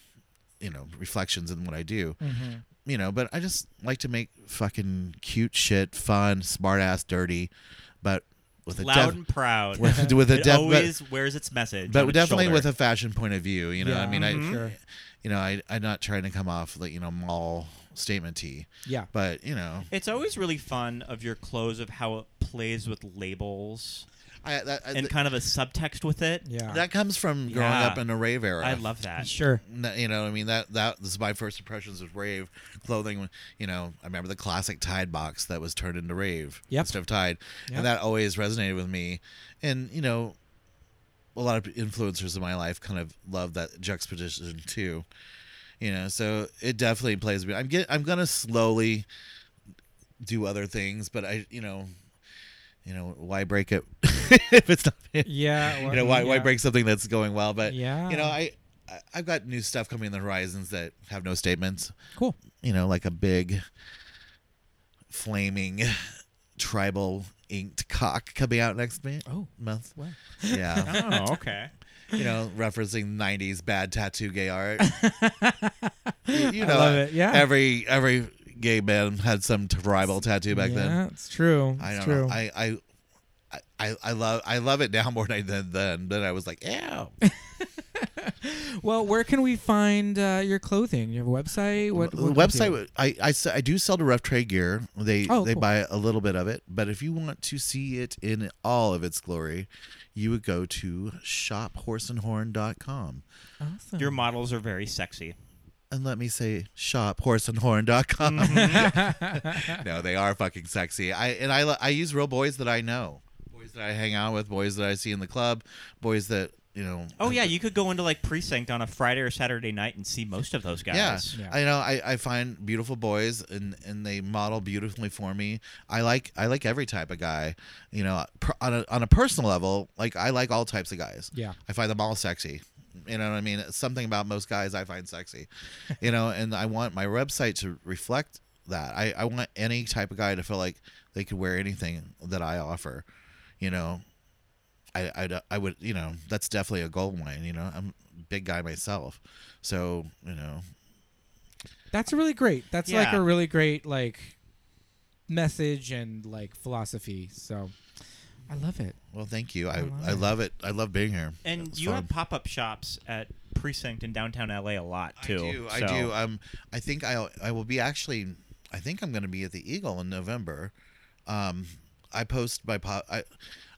S7: you know reflections in what I do.
S11: Mm-hmm.
S7: You know, but I just like to make fucking cute shit, fun, smart ass, dirty, but with a
S6: Loud
S7: def-
S6: and proud.
S7: with, with a
S6: it
S7: def- but-
S6: always wears its message.
S7: but
S6: on its
S7: definitely
S6: shoulder. mm-hmm.
S7: with a fashion point of view. You know,
S11: Yeah,
S7: I mean, I,
S11: mhm. Sure.
S7: you know, I, I'm not trying to come off like you know mall statement tee,
S11: yeah.
S7: but you know,
S6: It's always really fun of your clothes of how it plays with labels
S7: I, that, I-
S6: and kind of a subtext with it.
S11: Yeah.
S7: that comes from growing
S6: Yeah.
S7: up in a rave era.
S6: I love that.
S11: sure.
S7: N- You know, I mean that that this is my first impressions of rave clothing. You know, I remember the classic Tide box that was turned into rave
S11: Yep.
S7: instead of Tide,
S11: Yep.
S7: and that always resonated with me. And you know, a lot of influencers in my life kind of love that juxtaposition too. You know, so it definitely plays me. I'm get I'm gonna slowly do other things, but I you know, you know, why break it if it's not
S11: Yeah.
S7: you know why why
S11: yeah.
S7: break something that's going well but
S11: Yeah.
S7: you know i I- i've got new stuff coming in the horizons that have no statements
S11: Cool.
S7: you know like a big flaming tribal inked cock coming out next month
S11: Oh.
S7: month
S11: Wow.
S7: yeah
S6: Oh, okay.
S7: you know referencing 90s bad tattoo gay art you, you know
S11: love it, yeah.
S7: every every gay man had some tribal tattoo back
S11: yeah,
S7: then
S11: it's true. It's
S7: I don't
S11: true.
S7: know. I, I I I love I love it now more than I did then. Then I was like, ew.
S11: well, where can we find uh, your clothing? You have a website? What,
S7: the
S11: what
S7: website I, I s- I do sell to rough trade gear. They
S11: Oh,
S7: they
S11: cool.
S7: buy a little bit of it, but if you want to see it in all of its glory, you would go to shophorseandhorn.com.
S11: Awesome.
S6: Your models are very sexy.
S7: And let me say shophorseandhorn.com.
S11: Mm-hmm.
S7: no, they are fucking sexy. I and I lo- I use real boys that I know. Boys that I hang out with, boys that I see in the club, boys that, you know,
S6: Oh yeah, you could go into like precinct on a Friday or Saturday night and see most of those guys.
S7: Yeah.
S11: Yeah.
S7: I know. I, I find beautiful boys, and, and they model beautifully for me. I like I like every type of guy. You know, per, on a on a personal level, like I like all types of guys.
S11: Yeah.
S7: I find them all sexy. You know what I mean? Something about most guys I find sexy. You know, and I want my website to reflect that. I I want any type of guy to feel like they could wear anything that I offer. You know, I, I, d- I would, you know, that's definitely a goal of mine. You know, I'm a big guy myself. So, you know,
S11: That's really great. That's like
S6: Yeah.
S11: a really great like message and like philosophy. So I love it.
S7: well, thank you. I,
S11: love
S7: I love it. I love being here.
S6: And
S7: It's
S6: you
S7: fun.
S6: have pop up shops at precinct in downtown LA a lot
S7: I
S6: too.
S7: do. I
S6: so-
S7: do. Um, I think I I will be actually. I think I'm going to be at the Eagle in November. Um, I post my pop. I,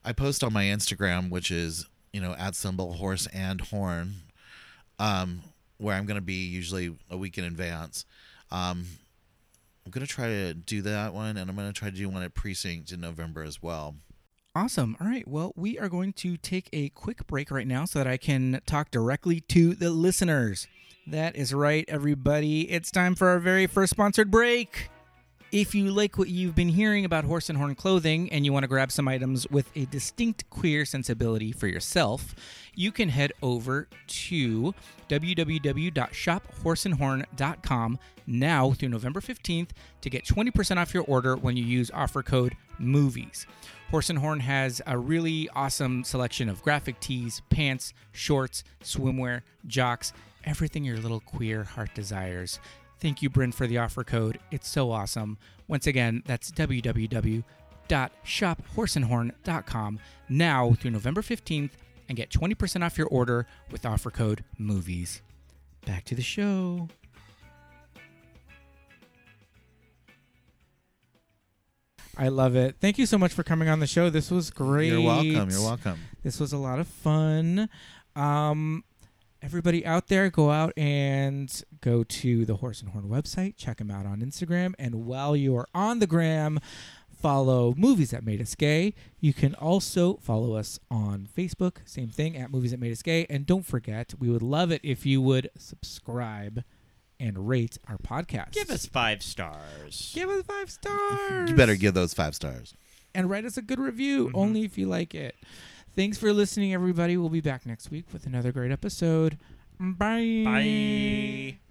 S7: I post on my Instagram, which is you know at symbol horse and horn, um, where I'm going to be usually a week in advance. Um, I'm going to try to do that one, and I'm going to try to do one at Precinct in November as well.
S5: Awesome. All right. Well, we are going to take a quick break right now so that I can talk directly to the listeners. That is right, everybody. It's time for our very first sponsored break. If you like what you've been hearing about horse and horn clothing and you want to grab some items with a distinct queer sensibility for yourself, you can head over to www.shophorseandhorn.com now through November 15th to get 20% off your order when you use offer code MOVIES. Horse and Horn has a really awesome selection of graphic tees, pants, shorts, swimwear, jocks,
S12: everything your little queer heart desires. Thank you, Bryn, for the offer code. It's so awesome. Once again, that's www.shophorseandhorn.com now through November 15th and get 20% off your order with offer code MOVIES. Back to the show.
S5: I love it. Thank you so much for coming on the show. This was great.
S7: You're welcome. You're welcome.
S5: This was a lot of fun. Um, everybody out there, go out and go to the Horse and Horn website. Check them out on Instagram. And while you are on the gram, follow Movies That Made Us Gay. You can also follow us on Facebook. Same thing at Movies That Made Us Gay. And don't forget, we would love it if you would subscribe and rate our podcast.
S6: Give us five stars.
S5: Give us five stars.
S13: You better give those five stars.
S5: and write us a good review only if you like it. Thanks for listening, everybody. We'll be back next week with another great episode. Bye.
S6: Bye.